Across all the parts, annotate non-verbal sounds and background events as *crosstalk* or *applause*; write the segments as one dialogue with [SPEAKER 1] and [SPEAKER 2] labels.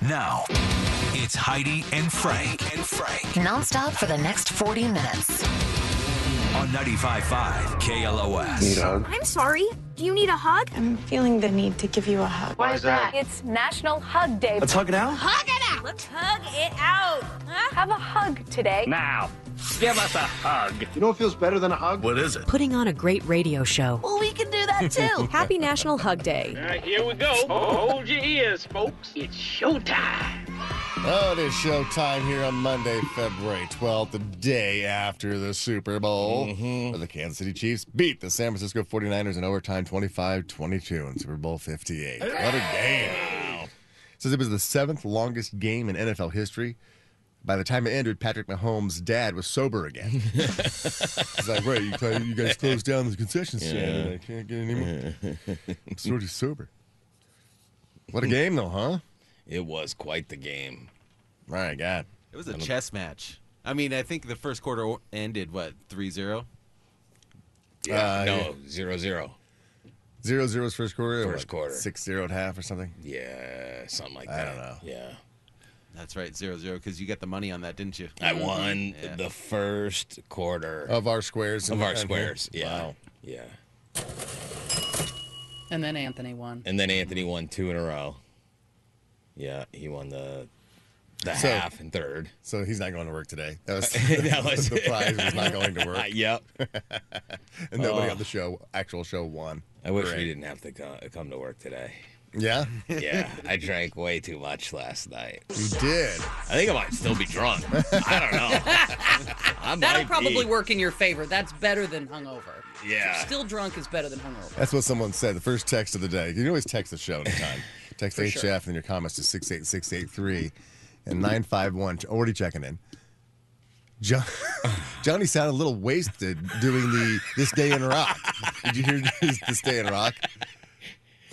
[SPEAKER 1] Now, it's Heidi and Frank. And Frank
[SPEAKER 2] Nonstop for the next 40 minutes.
[SPEAKER 1] on 95.5 KLOS.
[SPEAKER 3] I'm sorry. Do you need a hug?
[SPEAKER 4] I'm feeling the need to give you a hug.
[SPEAKER 5] Why is that?
[SPEAKER 6] It's National Hug Day.
[SPEAKER 5] Let's hug it out.
[SPEAKER 3] Hug it out. Let's hug it out. Huh?
[SPEAKER 6] Have a hug today.
[SPEAKER 7] Now, give us a hug.
[SPEAKER 5] You know what feels better than a hug?
[SPEAKER 7] What is it?
[SPEAKER 2] Putting on a great radio show.
[SPEAKER 3] Well, we can do that
[SPEAKER 8] *laughs*
[SPEAKER 3] too.
[SPEAKER 9] Happy National Hug Day.
[SPEAKER 7] All right, here we go. Hold your ears, folks. It's showtime.
[SPEAKER 8] Oh, it is showtime here on Monday, February 12th, the day after the Super Bowl. where The Kansas City Chiefs beat the San Francisco 49ers in overtime 25 22 in Super Bowl 58. What a game! Says it was the seventh longest game in NFL history. By the time it ended, Patrick Mahomes' dad was sober again. He's like, wait, you, cl- you guys closed down the concession stand. and I can't get any more. I'm sort of sober. What a game, though, huh?
[SPEAKER 10] It was quite the game.
[SPEAKER 8] My God.
[SPEAKER 11] It was a chess match. I mean, I think the first quarter o- ended what 3-0?
[SPEAKER 8] Uh,
[SPEAKER 10] no, zero zero.
[SPEAKER 8] Zero zero's first quarter.
[SPEAKER 10] First quarter.
[SPEAKER 8] Six zero at half or something.
[SPEAKER 10] Yeah, something like
[SPEAKER 8] I
[SPEAKER 10] that.
[SPEAKER 8] don't know.
[SPEAKER 10] Yeah.
[SPEAKER 11] That's right, 0-0 because you got the money on that, didn't you?
[SPEAKER 9] Mm-hmm.
[SPEAKER 10] I won
[SPEAKER 11] Yeah.
[SPEAKER 10] the first quarter
[SPEAKER 8] Of our squares.
[SPEAKER 10] of
[SPEAKER 8] and-
[SPEAKER 10] our
[SPEAKER 8] and-
[SPEAKER 10] squares. Yeah.
[SPEAKER 8] Wow.
[SPEAKER 10] Yeah.
[SPEAKER 9] And then Anthony won.
[SPEAKER 10] And then
[SPEAKER 8] Mm-hmm.
[SPEAKER 10] Anthony won two in a row. Yeah, he won the the
[SPEAKER 8] So-
[SPEAKER 10] half and third.
[SPEAKER 8] So he's not going to work today. That was,
[SPEAKER 10] *laughs*
[SPEAKER 8] *laughs*
[SPEAKER 10] That was
[SPEAKER 8] the
[SPEAKER 10] it.
[SPEAKER 8] prize was not going
[SPEAKER 10] *laughs*
[SPEAKER 8] to
[SPEAKER 10] Uh,
[SPEAKER 8] work.
[SPEAKER 10] yep.
[SPEAKER 8] And nobody on the show, actual show, won.
[SPEAKER 10] I wish
[SPEAKER 8] Great.
[SPEAKER 10] we didn't have to co- come to work today. *laughs*
[SPEAKER 8] Yeah,
[SPEAKER 10] Yeah, I drank way too much last night.
[SPEAKER 8] you did.
[SPEAKER 10] I think I might still be drunk. I don't know.
[SPEAKER 9] *laughs*
[SPEAKER 10] I
[SPEAKER 9] That'll
[SPEAKER 10] might
[SPEAKER 9] probably
[SPEAKER 10] be.
[SPEAKER 9] work in your favor. That's better than hungover.
[SPEAKER 10] Yeah.
[SPEAKER 9] Still drunk is better than hungover.
[SPEAKER 8] That's what someone said. The first text of the day. You can always text the show
[SPEAKER 9] *laughs*
[SPEAKER 8] anytime. Text HF and your comments to 68683 and 951. Already checking in. John, *laughs* Johnny sounded a little wasted doing the This Day in Rock. Did you hear *laughs* this, this Day in Rock?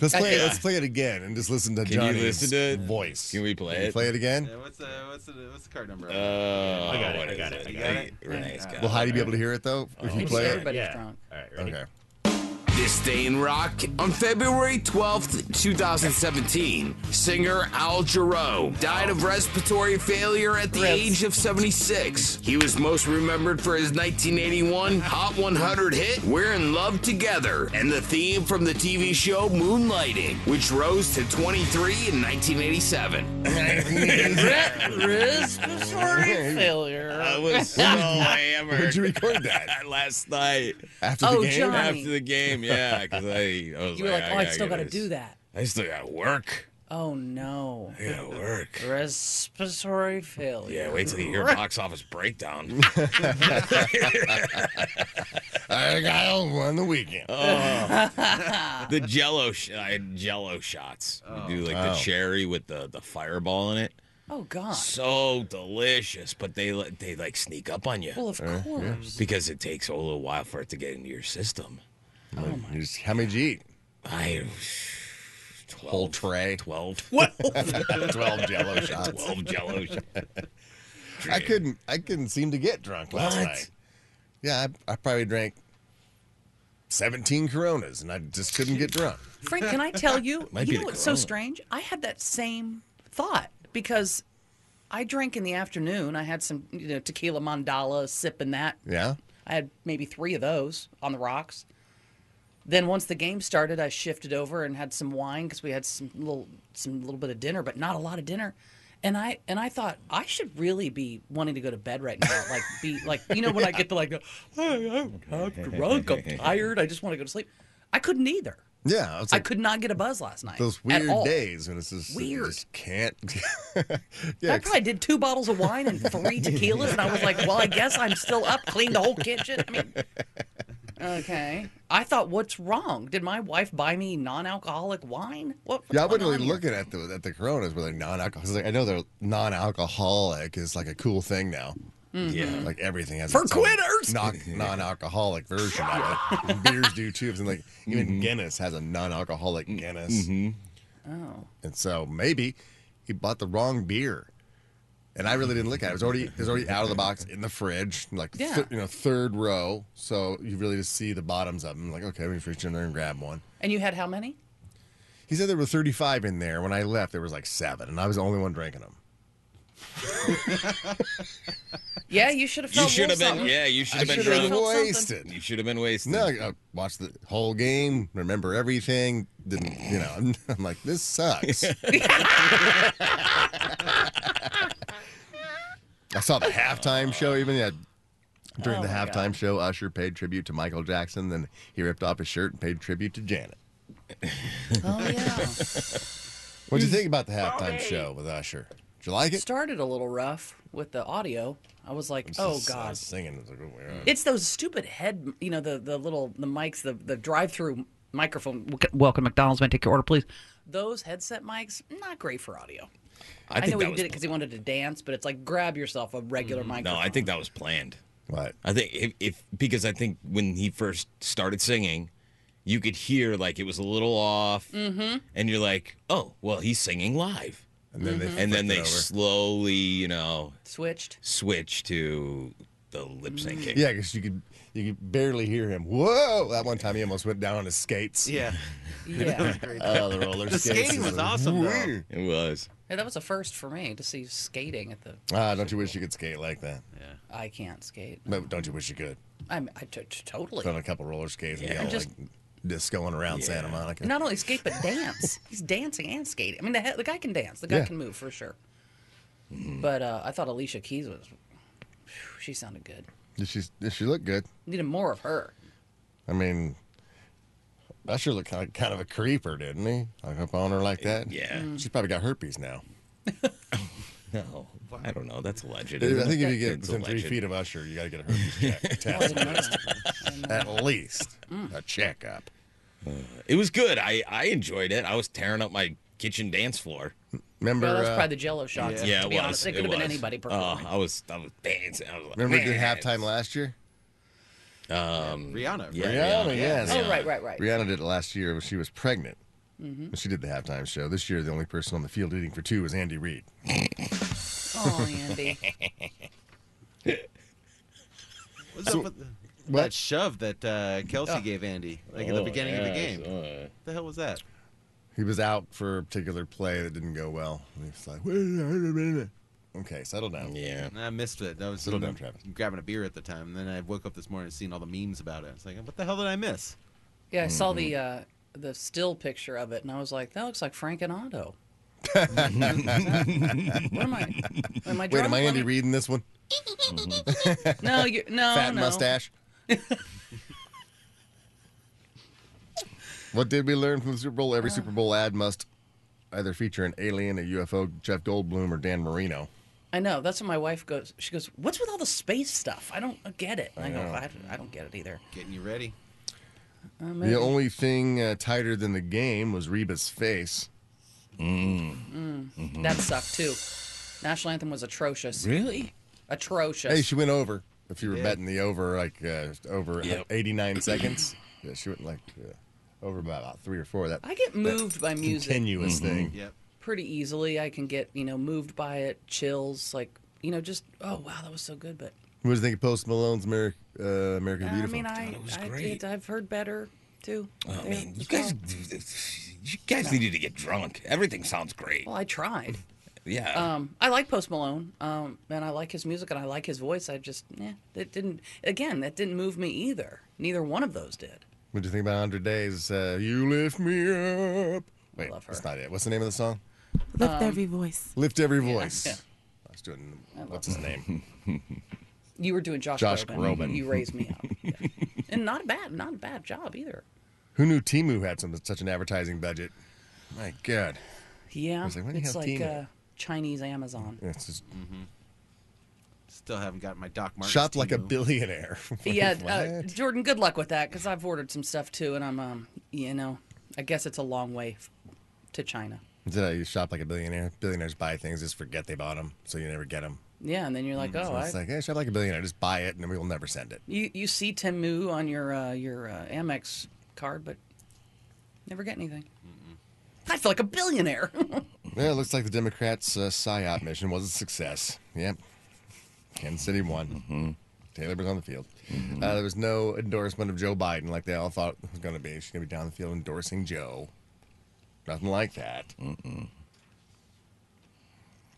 [SPEAKER 8] Let's play, it, let's play it again and just listen to
[SPEAKER 10] you
[SPEAKER 8] Johnny's
[SPEAKER 10] listen to it?
[SPEAKER 8] voice.
[SPEAKER 10] Can we play
[SPEAKER 8] Can you
[SPEAKER 10] it?
[SPEAKER 8] Play it again?
[SPEAKER 11] Yeah, what's the what's the what's the card number?
[SPEAKER 10] Oh, I got
[SPEAKER 7] it, I got it, I got
[SPEAKER 11] it.
[SPEAKER 10] Renee's got
[SPEAKER 8] Will
[SPEAKER 10] it.
[SPEAKER 8] Heidi be able to hear it though if you
[SPEAKER 9] It's
[SPEAKER 8] play it?
[SPEAKER 9] Oh, everybody's
[SPEAKER 7] Yeah.
[SPEAKER 9] drunk.
[SPEAKER 7] All right, ready?
[SPEAKER 8] Okay.
[SPEAKER 12] This Day in Rock on February 12th, 2017. Singer Al Jarreau died of respiratory failure at the age of 76. He was most remembered for his 1981 Hot 100 hit We're in Love Together and the theme from the TV show Moonlighting, which rose to 23 in 1987.
[SPEAKER 8] *laughs*
[SPEAKER 9] *laughs* Respiratory failure.
[SPEAKER 10] I was *laughs* so hammered.
[SPEAKER 8] Where'd you record that?
[SPEAKER 10] last night
[SPEAKER 8] After the
[SPEAKER 9] Oh,
[SPEAKER 8] game?
[SPEAKER 9] Johnny.
[SPEAKER 10] after the game? Yeah, because I, I was
[SPEAKER 9] You were like, oh, I still got
[SPEAKER 10] gotta
[SPEAKER 9] to do that.
[SPEAKER 10] I still got to work.
[SPEAKER 9] Oh, no.
[SPEAKER 10] I got to work.
[SPEAKER 9] Respiratory failure.
[SPEAKER 10] Yeah, wait till you hear box office breakdown.
[SPEAKER 8] I got over on the weekend.
[SPEAKER 9] Oh.
[SPEAKER 10] the Jello, sh- I had Jello shots. We do like
[SPEAKER 8] Oh.
[SPEAKER 10] the cherry with the the fireball in it.
[SPEAKER 9] Oh, God.
[SPEAKER 10] So delicious, but they li- they like sneak up on you Uh,
[SPEAKER 9] Well, of course.
[SPEAKER 10] because it takes a little while for it to get into your system.
[SPEAKER 8] You just- how many did you eat?
[SPEAKER 10] I 12,
[SPEAKER 8] Whole tray.
[SPEAKER 10] 12. *laughs* What?
[SPEAKER 8] *laughs* 12 jello shots.
[SPEAKER 10] 12 jello *laughs* shots.
[SPEAKER 8] I couldn't I couldn't seem to get drunk last
[SPEAKER 10] What?
[SPEAKER 8] night. Yeah, I, I probably drank 17 Coronas and I just couldn't get drunk.
[SPEAKER 9] Frank, can I tell you?
[SPEAKER 10] Might be
[SPEAKER 9] you know
[SPEAKER 10] the
[SPEAKER 9] what's so
[SPEAKER 10] corona.
[SPEAKER 9] strange? I had that same thought because I drank in the afternoon. I had some you know, tequila mandala, sipping that.
[SPEAKER 8] Yeah.
[SPEAKER 9] I had maybe three of those on the rocks. Then once the game started, I shifted over and had some wine because we had some little some little bit of dinner, but not a lot of dinner. And I and I thought I should really be wanting to go to bed right now, like be
[SPEAKER 10] *laughs*
[SPEAKER 9] like you know when I get
[SPEAKER 12] *laughs*
[SPEAKER 9] to like, "Hey, I'm, I'm drunk, I'm tired, I just want to go to sleep. I couldn't either.
[SPEAKER 8] Yeah, I was
[SPEAKER 9] I
[SPEAKER 8] like
[SPEAKER 9] could not get a buzz last night.
[SPEAKER 8] those
[SPEAKER 9] at
[SPEAKER 8] weird
[SPEAKER 9] all.
[SPEAKER 8] days when it's just
[SPEAKER 9] Weird.
[SPEAKER 8] You just can't. *laughs* yeah,
[SPEAKER 9] I probably did two bottles of wine and three tequilas, and I was like, "Well, I guess I'm still up. Cleaned the whole kitchen." I mean, okay. I thought, "What's wrong? Did my wife buy me non-alcoholic wine?" What?
[SPEAKER 8] Yeah, I wasn't really looking at the at the Coronas with like non-alcoholic. Like, I know they're non-alcoholic is like a cool thing now.
[SPEAKER 10] Yeah.
[SPEAKER 8] Like everything has
[SPEAKER 9] For
[SPEAKER 8] its own
[SPEAKER 9] quitters!
[SPEAKER 8] non- non-alcoholic version
[SPEAKER 9] *laughs*
[SPEAKER 8] of it. Beers do too. And like even
[SPEAKER 9] Mm-hmm.
[SPEAKER 8] Guinness has a non-alcoholic Guinness.
[SPEAKER 9] Oh,
[SPEAKER 8] And so maybe he bought the wrong beer. And I really didn't look at it. It was already it was already out of the box in the fridge, like
[SPEAKER 9] Yeah.
[SPEAKER 8] th- you know, third row. So you really just see the bottoms of them. Like okay, we reach in there and grab one.
[SPEAKER 9] and you had how many?
[SPEAKER 8] He said there were 35 in there. When I left, there was like seven, and I was the only one drinking them.
[SPEAKER 9] Yeah, you should have
[SPEAKER 10] You
[SPEAKER 9] felt
[SPEAKER 10] should have
[SPEAKER 9] more
[SPEAKER 10] been.
[SPEAKER 9] something.
[SPEAKER 10] Yeah, you should
[SPEAKER 8] I
[SPEAKER 10] have been
[SPEAKER 8] should have
[SPEAKER 10] drunk.
[SPEAKER 8] been
[SPEAKER 9] Felt something.
[SPEAKER 8] wasted.
[SPEAKER 10] You should have been wasted.
[SPEAKER 8] No, I watched the whole game, remember everything. Didn't you know? I'm, I'm like, this
[SPEAKER 9] *laughs*
[SPEAKER 8] sucks. I saw the halftime show. Even yeah, during
[SPEAKER 9] Oh
[SPEAKER 8] the halftime show, Usher paid tribute to Michael Jackson. Then he ripped off his shirt and paid tribute to Janet.
[SPEAKER 9] Oh yeah.
[SPEAKER 8] What do you think about the halftime show with Usher? Did you like
[SPEAKER 9] It
[SPEAKER 8] it?
[SPEAKER 9] started a little rough with the audio. I was like, oh
[SPEAKER 8] Just, uh,
[SPEAKER 9] god.
[SPEAKER 8] singing. It was like, oh, my God.
[SPEAKER 9] It's those stupid head, you know, the the little the mics, the the drive-through microphone. Welcome McDonald's, may I take your order, please. Those headset mics, not great for audio. I, know
[SPEAKER 10] that
[SPEAKER 9] he
[SPEAKER 10] was- Mm,
[SPEAKER 9] did it because he wanted to dance, but it's like grab yourself a regular
[SPEAKER 10] No,
[SPEAKER 9] microphone.
[SPEAKER 10] I think that was planned.
[SPEAKER 8] What?
[SPEAKER 10] I think if, if because I think when he first started singing, you could hear like it was a little off, mm-hmm. and you're like, oh, well, he's singing live,
[SPEAKER 8] And then
[SPEAKER 9] Mm-hmm.
[SPEAKER 8] they
[SPEAKER 10] and then
[SPEAKER 8] flipped it
[SPEAKER 10] they
[SPEAKER 8] over.
[SPEAKER 10] slowly, you know, *laughs*
[SPEAKER 9] switched.
[SPEAKER 10] switch to the lip syncing.
[SPEAKER 8] Yeah, because you could you could barely hear him. Whoa! That one time he almost went down on his skates.
[SPEAKER 11] Yeah.
[SPEAKER 9] Yeah.
[SPEAKER 8] Oh,
[SPEAKER 10] *laughs*
[SPEAKER 8] the roller
[SPEAKER 11] The
[SPEAKER 8] skates.
[SPEAKER 11] skating
[SPEAKER 8] is
[SPEAKER 11] was
[SPEAKER 8] a-
[SPEAKER 11] awesome, though.
[SPEAKER 8] Woo.
[SPEAKER 10] it was.
[SPEAKER 9] Yeah, that was a first for me to see skating at the.
[SPEAKER 8] Ah, don't you wish you could skate like that?
[SPEAKER 9] I can't skate.
[SPEAKER 8] But don't you wish you could?
[SPEAKER 9] I'm I t- t- totally.
[SPEAKER 8] Put on a couple roller skates and
[SPEAKER 10] Yeah.
[SPEAKER 8] yell
[SPEAKER 9] Just-
[SPEAKER 8] like discoing around Santa Monica.
[SPEAKER 9] Not only skate, but dance. *laughs* He's dancing and skating. I mean, the, he- the guy can dance. The guy
[SPEAKER 8] Yeah.
[SPEAKER 9] can move for sure. But uh, I thought Alicia Keys was. phew, She sounded good.
[SPEAKER 8] Did she? Did she look good?
[SPEAKER 9] Needed more of her.
[SPEAKER 8] I mean, Usher looked kind of, kind of a creeper, didn't he? Like up on her like that.
[SPEAKER 10] Uh, Yeah.
[SPEAKER 9] Mm.
[SPEAKER 8] She's probably got herpes now.
[SPEAKER 10] No, I don't know. That's alleged.
[SPEAKER 8] I
[SPEAKER 10] isn't
[SPEAKER 8] think
[SPEAKER 10] it?
[SPEAKER 8] if you get
[SPEAKER 10] It's
[SPEAKER 8] within three
[SPEAKER 10] alleged.
[SPEAKER 8] feet of Usher, you got to get a herpes check.
[SPEAKER 10] *laughs*
[SPEAKER 8] test. At least
[SPEAKER 9] Mm.
[SPEAKER 8] a checkup.
[SPEAKER 10] It was good. I I enjoyed it. I was tearing up my kitchen dance floor.
[SPEAKER 8] Remember?
[SPEAKER 9] Well, that's
[SPEAKER 8] uh,
[SPEAKER 9] probably the Jello shots.
[SPEAKER 10] Yeah,
[SPEAKER 9] to
[SPEAKER 10] it
[SPEAKER 9] be
[SPEAKER 10] was.
[SPEAKER 9] honest, it
[SPEAKER 10] It
[SPEAKER 9] could have been
[SPEAKER 10] was.
[SPEAKER 9] anybody
[SPEAKER 10] Oh,
[SPEAKER 9] performing.
[SPEAKER 10] I was I was dancing. I was like,
[SPEAKER 8] remember we did
[SPEAKER 10] "Man."
[SPEAKER 8] halftime last year?
[SPEAKER 11] Rihanna.
[SPEAKER 10] Yeah,
[SPEAKER 11] right?
[SPEAKER 8] Rihanna,
[SPEAKER 10] yeah,
[SPEAKER 8] yes.
[SPEAKER 10] yeah.
[SPEAKER 9] oh, right, right, Mm-hmm. right.
[SPEAKER 8] Rihanna did it last year when she was pregnant. She did the halftime show. This year, the only person on the field eating for two was Andy Reid.
[SPEAKER 9] Oh,
[SPEAKER 10] *laughs*
[SPEAKER 9] Andy.
[SPEAKER 11] What's up with the-
[SPEAKER 8] what-
[SPEAKER 11] that shove that uh, Kelsey gave Andy like at the
[SPEAKER 10] Oh,
[SPEAKER 11] beginning of the
[SPEAKER 10] yeah,
[SPEAKER 11] game?
[SPEAKER 10] I saw it.
[SPEAKER 11] What the hell was that?
[SPEAKER 8] He was out for a particular play that didn't go well. And he was like, "Wait a minute, wait a minute." okay, settle down.
[SPEAKER 10] Yeah.
[SPEAKER 11] And I missed it. I was
[SPEAKER 8] Settle down, Travis.
[SPEAKER 11] grabbing a beer at the time, and then I woke up this morning and seen all the memes about it. It's like, what the hell did I miss?
[SPEAKER 9] Yeah, I saw the
[SPEAKER 8] Mm-hmm.
[SPEAKER 9] uh, the still picture of it, and I was like, that looks like Frank
[SPEAKER 8] *laughs*
[SPEAKER 9] and Otto. what am I? Am I
[SPEAKER 8] Wait, am
[SPEAKER 9] drunk?
[SPEAKER 8] I Andy
[SPEAKER 9] What
[SPEAKER 8] Reid in this one? *laughs*
[SPEAKER 9] No, you no,
[SPEAKER 8] Fat
[SPEAKER 9] Oh, no. *laughs*
[SPEAKER 8] mustache. what did we learn from the Super Bowl?
[SPEAKER 9] Uh.
[SPEAKER 8] Every Super Bowl ad must either feature an alien, a UFO, Jeff Goldblum, or Dan Marino.
[SPEAKER 9] I know. That's what my wife goes. She goes, "What's with all the space stuff? I don't get it." And I, go,
[SPEAKER 8] know.
[SPEAKER 9] I, I don't get it either.
[SPEAKER 11] Getting you ready?
[SPEAKER 8] The only thing uh, tighter than the game was Reba's face.
[SPEAKER 9] That sucked too. National anthem was atrocious.
[SPEAKER 10] Really?
[SPEAKER 9] Atrocious.
[SPEAKER 8] Hey, she went over. If you were
[SPEAKER 11] Yeah.
[SPEAKER 8] betting the over, like uh, over
[SPEAKER 10] Yep.
[SPEAKER 11] *clears throat*
[SPEAKER 8] 89 seconds, yeah, she went like uh, over by about three or four. That
[SPEAKER 9] I get moved by music
[SPEAKER 8] continuous
[SPEAKER 11] Mm-hmm.
[SPEAKER 8] thing.
[SPEAKER 11] Yep.
[SPEAKER 9] pretty easily. I can get you know moved by it, chills, like you know, just oh wow, that was so good. But
[SPEAKER 8] What do you think of Post Malone's America, uh, America the
[SPEAKER 9] I
[SPEAKER 8] Beautiful?
[SPEAKER 9] mean, I,
[SPEAKER 10] was
[SPEAKER 9] I
[SPEAKER 10] great.
[SPEAKER 9] did, I've heard better too.
[SPEAKER 10] Oh
[SPEAKER 9] There-
[SPEAKER 10] man, you guys, you guys needed to get drunk. Everything sounds great.
[SPEAKER 9] Well, I tried.
[SPEAKER 10] Yeah.
[SPEAKER 9] Um, I like Post Malone, um, and I like his music, and I like his voice. I just, yeah, that didn't. Again, that didn't move me either. Neither one of those did.
[SPEAKER 8] what do you think about 100 Days? Uh, you lift me up. Wait,
[SPEAKER 9] love her. Um,
[SPEAKER 8] that's not it. What's the name of the song?
[SPEAKER 4] Lift every voice.
[SPEAKER 8] Lift Every Voice. I was doing, what's his
[SPEAKER 11] *laughs*
[SPEAKER 8] name?
[SPEAKER 9] You were doing Josh,
[SPEAKER 8] Josh
[SPEAKER 9] Groban.
[SPEAKER 8] Groban.
[SPEAKER 9] You raised me up, Yeah. *laughs* and not a bad, not a bad job either.
[SPEAKER 8] Who knew Timu had some such an advertising budget? My God.
[SPEAKER 9] Yeah,
[SPEAKER 8] was like, why do you
[SPEAKER 9] it's
[SPEAKER 8] have
[SPEAKER 9] like
[SPEAKER 8] Tina?
[SPEAKER 9] uh, Chinese Amazon.
[SPEAKER 8] It's just
[SPEAKER 11] Still haven't gotten my Doc Martens.
[SPEAKER 8] shopped like a
[SPEAKER 11] Timu.
[SPEAKER 8] billionaire. *laughs*
[SPEAKER 9] Yeah, uh,
[SPEAKER 8] What?
[SPEAKER 9] Jordan, good luck with that because I've ordered some stuff too, and I'm, um, you know, I guess it's a long way f- to China.
[SPEAKER 8] Did I shop like a billionaire? Billionaires buy things, just forget they bought them, so you never get them.
[SPEAKER 9] Yeah, and then you're like, oh, I,
[SPEAKER 8] It's like, hey, shop like a billionaire, just buy it, and then we will never send it.
[SPEAKER 9] You you see Temu on your uh, your uh, Amex card, but never get anything. I feel like a billionaire. *laughs*
[SPEAKER 8] Yeah, it looks like the Democrats' uh, psyop mission was a success. Yep, Kansas City won. Taylor was on the field. Uh, there was no endorsement of Joe Biden like they all thought it was going to be. She's going to be down the field endorsing Joe. Nothing like that.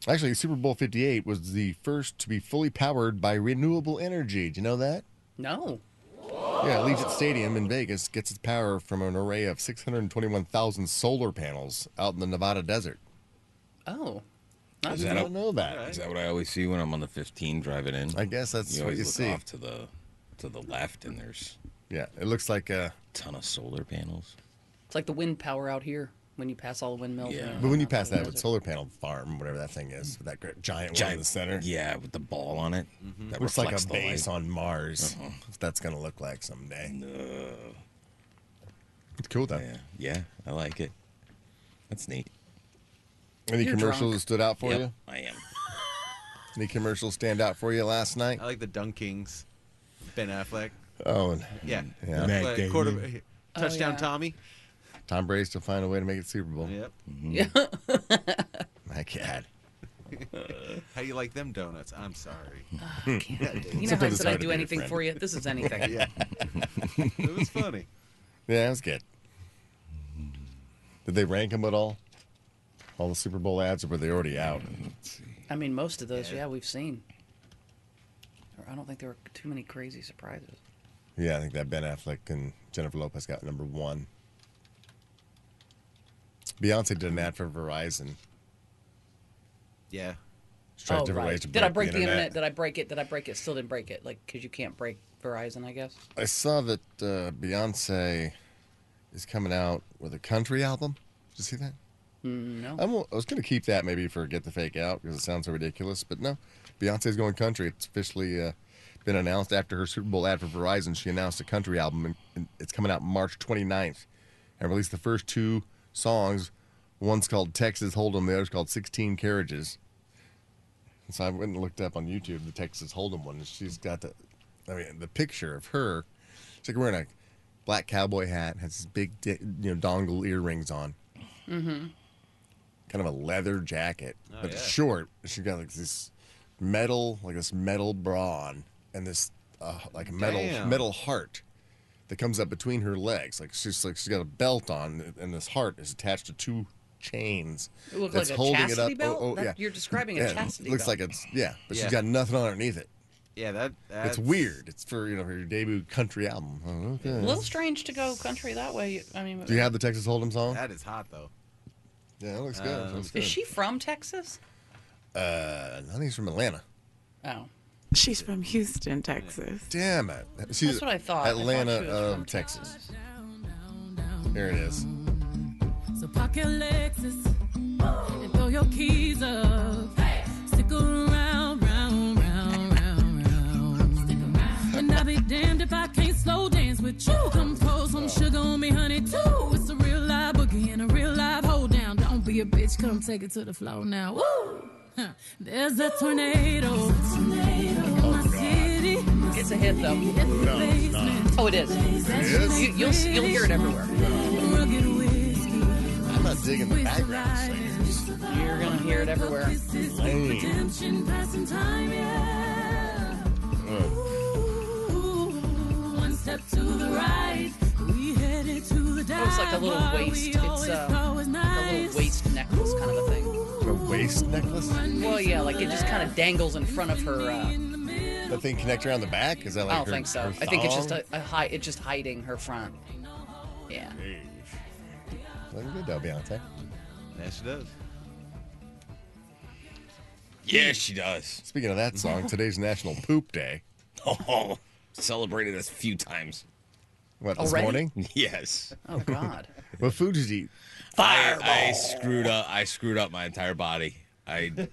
[SPEAKER 8] Actually, Super Bowl 58 was the first to be fully powered by renewable energy. Do you know that?
[SPEAKER 9] No.
[SPEAKER 8] Yeah, Allegiant Stadium in Vegas gets its power from an array of 621,000 solar panels out in the Nevada desert.
[SPEAKER 9] Oh.
[SPEAKER 8] I
[SPEAKER 10] Is
[SPEAKER 8] did
[SPEAKER 10] that
[SPEAKER 8] not
[SPEAKER 10] a-
[SPEAKER 8] know that.
[SPEAKER 9] Uh,
[SPEAKER 10] Is that what I always see when I'm on the 15 driving in?
[SPEAKER 8] I guess that's
[SPEAKER 10] you
[SPEAKER 8] what
[SPEAKER 10] always
[SPEAKER 8] you
[SPEAKER 10] look
[SPEAKER 8] see.
[SPEAKER 10] off to the to the left, and there's
[SPEAKER 8] Yeah, it looks like uh,
[SPEAKER 10] a ton of solar panels.
[SPEAKER 9] It's like the wind power out here when you pass all the windmills.
[SPEAKER 10] Yeah.
[SPEAKER 8] But when you pass that with solar panel farm, whatever that thing is, with that gr- giant, one in the center,
[SPEAKER 10] Yeah, with the ball on it.
[SPEAKER 9] Mm-hmm.
[SPEAKER 10] That
[SPEAKER 8] looks like
[SPEAKER 10] reflects
[SPEAKER 8] a
[SPEAKER 10] the
[SPEAKER 8] base
[SPEAKER 10] light. Uh-huh.
[SPEAKER 8] on Mars. That's That's gonna look like someday. It's cool though.
[SPEAKER 10] Yeah, yeah, I like it. That's neat.
[SPEAKER 8] Any
[SPEAKER 9] You're
[SPEAKER 8] commercials
[SPEAKER 9] drunk.
[SPEAKER 8] that stood out for
[SPEAKER 10] Yep,
[SPEAKER 8] you?
[SPEAKER 10] I am.
[SPEAKER 8] Any commercials stand out for you last night?
[SPEAKER 10] Uh,
[SPEAKER 11] I like the Dunkings. Ben Affleck.
[SPEAKER 8] Oh, and
[SPEAKER 11] Yeah.
[SPEAKER 8] Yeah.
[SPEAKER 11] Affleck,
[SPEAKER 10] Matt Damon.
[SPEAKER 11] quarter- touchdown
[SPEAKER 9] Oh, yeah.
[SPEAKER 11] Tommy.
[SPEAKER 8] Tom Brady's to find a way to make it Super Bowl.
[SPEAKER 11] Yep.
[SPEAKER 8] My God.
[SPEAKER 11] How do you like them donuts? I'm sorry.
[SPEAKER 9] You know how I
[SPEAKER 8] Sometimes it's
[SPEAKER 9] said I'd
[SPEAKER 8] hard to
[SPEAKER 9] do
[SPEAKER 8] be a
[SPEAKER 9] anything
[SPEAKER 8] friend.
[SPEAKER 9] for you? This
[SPEAKER 8] *laughs*
[SPEAKER 9] is anything.
[SPEAKER 11] Yeah. *laughs* it was funny.
[SPEAKER 8] Yeah, that was good. Did they rank them at all? All the Super Bowl ads, or were they already out?
[SPEAKER 9] I mean, most of those, yeah, we've seen. Or I don't think there were too many crazy surprises.
[SPEAKER 8] Yeah, I think that Ben Affleck and Jennifer Lopez got number one. Beyonce did an ad for Verizon.
[SPEAKER 11] Yeah.
[SPEAKER 8] She tried
[SPEAKER 9] oh,
[SPEAKER 8] different
[SPEAKER 9] right.
[SPEAKER 8] ways to break
[SPEAKER 9] Did I break the internet? Did I break it? Did I break it? Still didn't break it. Like, because you can't break Verizon, I guess.
[SPEAKER 8] I saw that uh, Beyonce is coming out with a country album. Did you see that?
[SPEAKER 9] No.
[SPEAKER 8] I'm, I was going to keep that maybe for Get the Fake Out because it sounds so ridiculous, but no. Beyonce's going country. It's officially uh, been announced after her Super Bowl ad for Verizon. She announced a country album, and, and it's coming out March 29th and released the first two songs. One's called Texas Hold'em, the other's called 16 Carriages. And so I went and looked up on YouTube the Texas Hold'em one, and she's got the, I mean, the picture of her. She's like wearing a black cowboy hat, has these big, di- you know, dongle earrings on
[SPEAKER 9] Mm-hmm.
[SPEAKER 8] kind of a leather jacket, but it's
[SPEAKER 11] Oh, yeah.
[SPEAKER 8] short. She got like this metal, like this metal bra on, and this uh, like metal
[SPEAKER 11] Damn.
[SPEAKER 8] metal heart that comes up between her legs. Like she's like she's got a belt on, and this heart is attached to two chains.
[SPEAKER 9] It looked
[SPEAKER 8] that's
[SPEAKER 9] like a
[SPEAKER 8] holding it
[SPEAKER 9] chastity
[SPEAKER 8] up.
[SPEAKER 9] belt?
[SPEAKER 8] Oh, oh,
[SPEAKER 9] That-
[SPEAKER 8] yeah.
[SPEAKER 9] you're describing a
[SPEAKER 8] Yeah, it
[SPEAKER 9] chastity
[SPEAKER 8] Looks
[SPEAKER 9] belt.
[SPEAKER 8] like it's yeah, but
[SPEAKER 11] Yeah.
[SPEAKER 8] she's got nothing on underneath it.
[SPEAKER 11] Yeah, that
[SPEAKER 8] It's
[SPEAKER 11] that's
[SPEAKER 8] weird. It's for you know her debut country album. Oh, okay.
[SPEAKER 9] A little strange to go country that way. I mean,
[SPEAKER 8] Do you have the Texas Hold'em song?
[SPEAKER 11] That uh, is hot though.
[SPEAKER 8] yeah, it looks good. It looks good.
[SPEAKER 9] is she from Texas?
[SPEAKER 8] Uh, I think she's from Atlanta.
[SPEAKER 9] Oh,
[SPEAKER 4] She's from Houston, Texas.
[SPEAKER 8] Damn it. She's
[SPEAKER 9] That's what I thought. I thought
[SPEAKER 8] Atlanta,
[SPEAKER 9] she was
[SPEAKER 8] um,
[SPEAKER 9] from-
[SPEAKER 8] Texas. Here it is.
[SPEAKER 5] So park your Lexus and throw your keys up. Stick around, round, round, round, round. Stick around. And I'll be damned if I can't slow dance with you. Come pour some sugar on me, honey, too. It's a real live boogie and a real live hold down. Don't be a bitch, come take it to the floor now. Woo! Huh. There's a tornado. in my city.
[SPEAKER 9] It's a hit though. Oh, it is. You, you'll s- you'll hear it everywhere.
[SPEAKER 5] Rugged whiskey.
[SPEAKER 8] I'm not digging the background singers.
[SPEAKER 9] You're gonna hear it everywhere.
[SPEAKER 8] Lame.
[SPEAKER 5] Redemption, passing time, yeah.
[SPEAKER 8] Oh,
[SPEAKER 5] Ooh, one step to the right. We headed to the dive
[SPEAKER 9] it's like a little
[SPEAKER 5] bar
[SPEAKER 9] waist.
[SPEAKER 5] we
[SPEAKER 9] It's,
[SPEAKER 5] always
[SPEAKER 9] uh,
[SPEAKER 5] thought was
[SPEAKER 9] A
[SPEAKER 5] nice.
[SPEAKER 9] little waist necklace kind of a thing.
[SPEAKER 8] A waist necklace?
[SPEAKER 9] Well, yeah, like it just kind of dangles in front of her. Uh,
[SPEAKER 8] That thing connect around the back? Is that like
[SPEAKER 9] I don't
[SPEAKER 8] her-
[SPEAKER 9] think so.
[SPEAKER 8] her
[SPEAKER 9] I think it's just
[SPEAKER 8] thong?
[SPEAKER 9] a, a high. It's just hiding her front. Yeah.
[SPEAKER 10] *laughs*
[SPEAKER 8] Looking good though, Beyonce.
[SPEAKER 11] Yeah, she does.
[SPEAKER 10] Yeah, she does. *laughs*
[SPEAKER 8] Speaking of that song, today's National Poop Day.
[SPEAKER 10] Oh, celebrated this a few times.
[SPEAKER 8] What, this
[SPEAKER 9] Already?
[SPEAKER 8] morning?
[SPEAKER 10] Yes.
[SPEAKER 9] Oh God.
[SPEAKER 8] What food did you eat?
[SPEAKER 10] I, I screwed up. I screwed up my entire body. I. *laughs*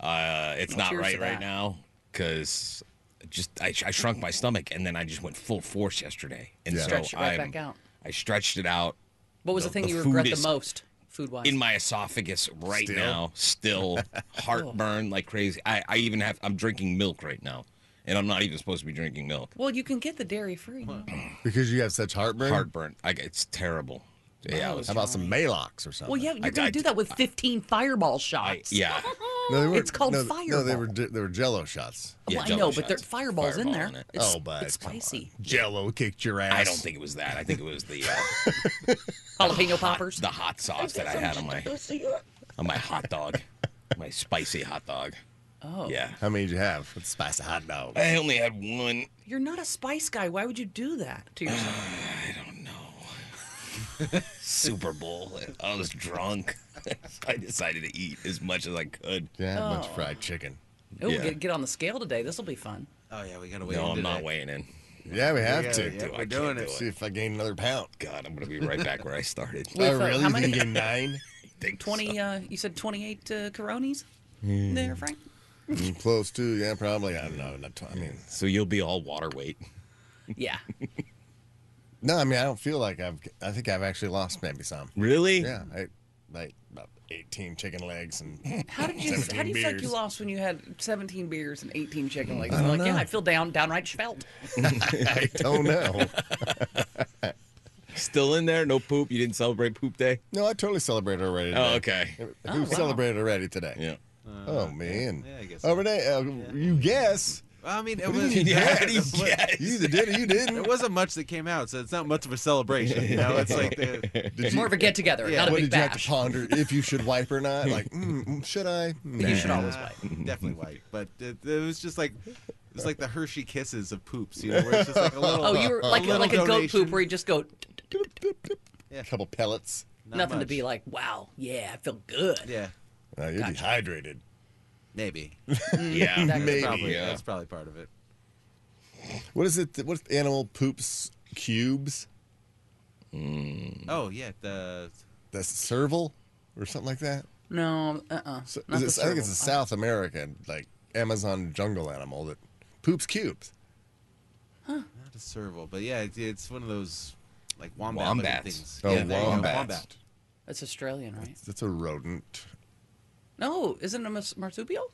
[SPEAKER 10] Uh, it's not
[SPEAKER 9] cheers
[SPEAKER 10] right
[SPEAKER 9] to
[SPEAKER 10] right
[SPEAKER 9] that.
[SPEAKER 10] now because just I, I shrunk my stomach and then I just went full force yesterday and
[SPEAKER 8] Yeah.
[SPEAKER 10] so
[SPEAKER 9] Stretched it right
[SPEAKER 10] I'm-
[SPEAKER 9] back out.
[SPEAKER 10] I stretched it out
[SPEAKER 9] What was the,
[SPEAKER 10] The-
[SPEAKER 9] thing
[SPEAKER 10] the
[SPEAKER 9] you
[SPEAKER 10] food
[SPEAKER 9] regret the
[SPEAKER 10] is-
[SPEAKER 9] most, food wise?
[SPEAKER 10] in my esophagus right
[SPEAKER 8] Still?
[SPEAKER 10] now. Still heartburn like crazy. I, I even have. I'm drinking milk right now, and I'm not even supposed to be drinking milk.
[SPEAKER 9] well, you can get the dairy free.
[SPEAKER 8] Because you have such heartburn?
[SPEAKER 10] Heartburn. I, it's terrible. Yeah. I was-
[SPEAKER 9] Oh,
[SPEAKER 8] How about some Malox or something?
[SPEAKER 9] Well, yeah, you're
[SPEAKER 10] I-
[SPEAKER 9] gonna
[SPEAKER 10] I-
[SPEAKER 9] do that with 15 fireball *laughs*
[SPEAKER 10] I,
[SPEAKER 9] shots.
[SPEAKER 10] yeah.
[SPEAKER 8] No, they weren't.
[SPEAKER 9] It's called
[SPEAKER 8] no, th-
[SPEAKER 9] fireball.
[SPEAKER 8] No, they were they were Jello shots.
[SPEAKER 9] Well, I know, but there fireballs in there. It's,
[SPEAKER 8] oh, but
[SPEAKER 9] it's
[SPEAKER 8] come on. *laughs*
[SPEAKER 9] spicy.
[SPEAKER 8] Jello kicked your ass.
[SPEAKER 10] I don't think it was that. I think it was the
[SPEAKER 9] *laughs*
[SPEAKER 10] uh,
[SPEAKER 9] jalapeno poppers.
[SPEAKER 10] the hot sauce that I had on my on my
[SPEAKER 9] *laughs*
[SPEAKER 10] hot dog, my spicy hot dog.
[SPEAKER 9] Oh.
[SPEAKER 10] Yeah.
[SPEAKER 8] How many did you have? Let's spice a hot dog.
[SPEAKER 10] I only had one.
[SPEAKER 9] You're not a spice guy. Why would you do that
[SPEAKER 8] *sighs*
[SPEAKER 9] to yourself?
[SPEAKER 10] Super Bowl. I was drunk. I decided to eat as much as I could.
[SPEAKER 8] Yeah,
[SPEAKER 9] a bunch of Oh.
[SPEAKER 8] fried chicken.
[SPEAKER 9] Ooh, Oh, get, get on the scale today. This will be fun.
[SPEAKER 11] Oh yeah, we gotta
[SPEAKER 10] no, I'm not weighing in.
[SPEAKER 8] Yeah, we have
[SPEAKER 10] Yeah,
[SPEAKER 8] to.
[SPEAKER 10] yeah, we're
[SPEAKER 8] I
[SPEAKER 10] doing
[SPEAKER 8] can't
[SPEAKER 10] it.
[SPEAKER 8] do See if I gain another pound.
[SPEAKER 10] God, I'm gonna be right back where I started.
[SPEAKER 8] Oh,
[SPEAKER 9] With, uh,
[SPEAKER 8] really?
[SPEAKER 9] how
[SPEAKER 8] You think
[SPEAKER 9] many-
[SPEAKER 8] you gained nine?
[SPEAKER 10] think
[SPEAKER 9] Twenty. Uh, you said twenty-eight uh, Coronis
[SPEAKER 8] Hmm.
[SPEAKER 9] there, Frank.
[SPEAKER 8] Mm, Close to, yeah, probably. I don't know. Not tw- I mean,
[SPEAKER 10] so you'll be all water weight.
[SPEAKER 9] Yeah.
[SPEAKER 8] No, I mean, I don't feel like I've. I think I've actually lost maybe some.
[SPEAKER 10] Really?
[SPEAKER 8] Yeah, I ate, like about eighteen chicken legs and.
[SPEAKER 9] How did you? How
[SPEAKER 8] 17
[SPEAKER 9] do you feel like you
[SPEAKER 8] beers.
[SPEAKER 9] lost when you had seventeen beers and eighteen chicken legs?
[SPEAKER 8] I
[SPEAKER 9] I'm
[SPEAKER 8] don't
[SPEAKER 9] like, yeah,
[SPEAKER 8] know.
[SPEAKER 9] I feel down, downright schvelt.
[SPEAKER 8] *laughs* I don't know.
[SPEAKER 10] Still in there? No poop? You didn't celebrate poop day?
[SPEAKER 8] No, I totally celebrated already.
[SPEAKER 10] Oh,
[SPEAKER 8] today.
[SPEAKER 10] okay.
[SPEAKER 8] Who
[SPEAKER 10] Oh, wow.
[SPEAKER 8] celebrated already today? *laughs*
[SPEAKER 10] Yeah.
[SPEAKER 8] oh man.
[SPEAKER 11] Uh, Yeah, I guess.
[SPEAKER 8] Oh, Renee, uh, you guess.
[SPEAKER 11] Well, I mean, it
[SPEAKER 8] What do
[SPEAKER 11] was.
[SPEAKER 8] you mean, how do you
[SPEAKER 10] *laughs*
[SPEAKER 11] guess?
[SPEAKER 8] You either did or you didn't.
[SPEAKER 11] *laughs* There wasn't much that came out, so it's not much of a celebration. You know, it's like
[SPEAKER 9] *laughs*
[SPEAKER 11] the,
[SPEAKER 8] Did *laughs* you-
[SPEAKER 9] get-together, not a
[SPEAKER 8] what
[SPEAKER 9] big
[SPEAKER 8] did you have to ponder if you should wipe or not? Like, mm, mm, should I?
[SPEAKER 11] You should always
[SPEAKER 8] wipe.
[SPEAKER 11] definitely white, but it, it was just like it was like the Hershey kisses of poops. You know, where it's just like a little.
[SPEAKER 9] Oh, you were like
[SPEAKER 11] little
[SPEAKER 9] like a goat
[SPEAKER 11] donation.
[SPEAKER 9] poop where you just go
[SPEAKER 8] A couple pellets.
[SPEAKER 9] nothing to be like. Wow, yeah, I feel good.
[SPEAKER 11] Yeah.
[SPEAKER 8] Uh, you're dehydrated.
[SPEAKER 11] Maybe.
[SPEAKER 10] Yeah.
[SPEAKER 11] That's
[SPEAKER 8] Maybe,
[SPEAKER 11] Probably,
[SPEAKER 8] yeah.
[SPEAKER 11] That's probably part of it.
[SPEAKER 8] What is it? that- What's the animal poops cubes? Mm.
[SPEAKER 11] Oh yeah, the
[SPEAKER 8] The serval or something like that.
[SPEAKER 9] No, uh, uh
[SPEAKER 8] So is it- I think it's a South American, like Amazon jungle animal that poops cubes.
[SPEAKER 11] not a serval, but yeah, it, it's one of those like wombat
[SPEAKER 10] Wombats.
[SPEAKER 11] things.
[SPEAKER 8] Oh,
[SPEAKER 11] yeah, there you go,
[SPEAKER 8] wombats.
[SPEAKER 11] Wombat.
[SPEAKER 9] That's Australian, right?
[SPEAKER 8] That's a rodent.
[SPEAKER 9] No, isn't it a mas- marsupial?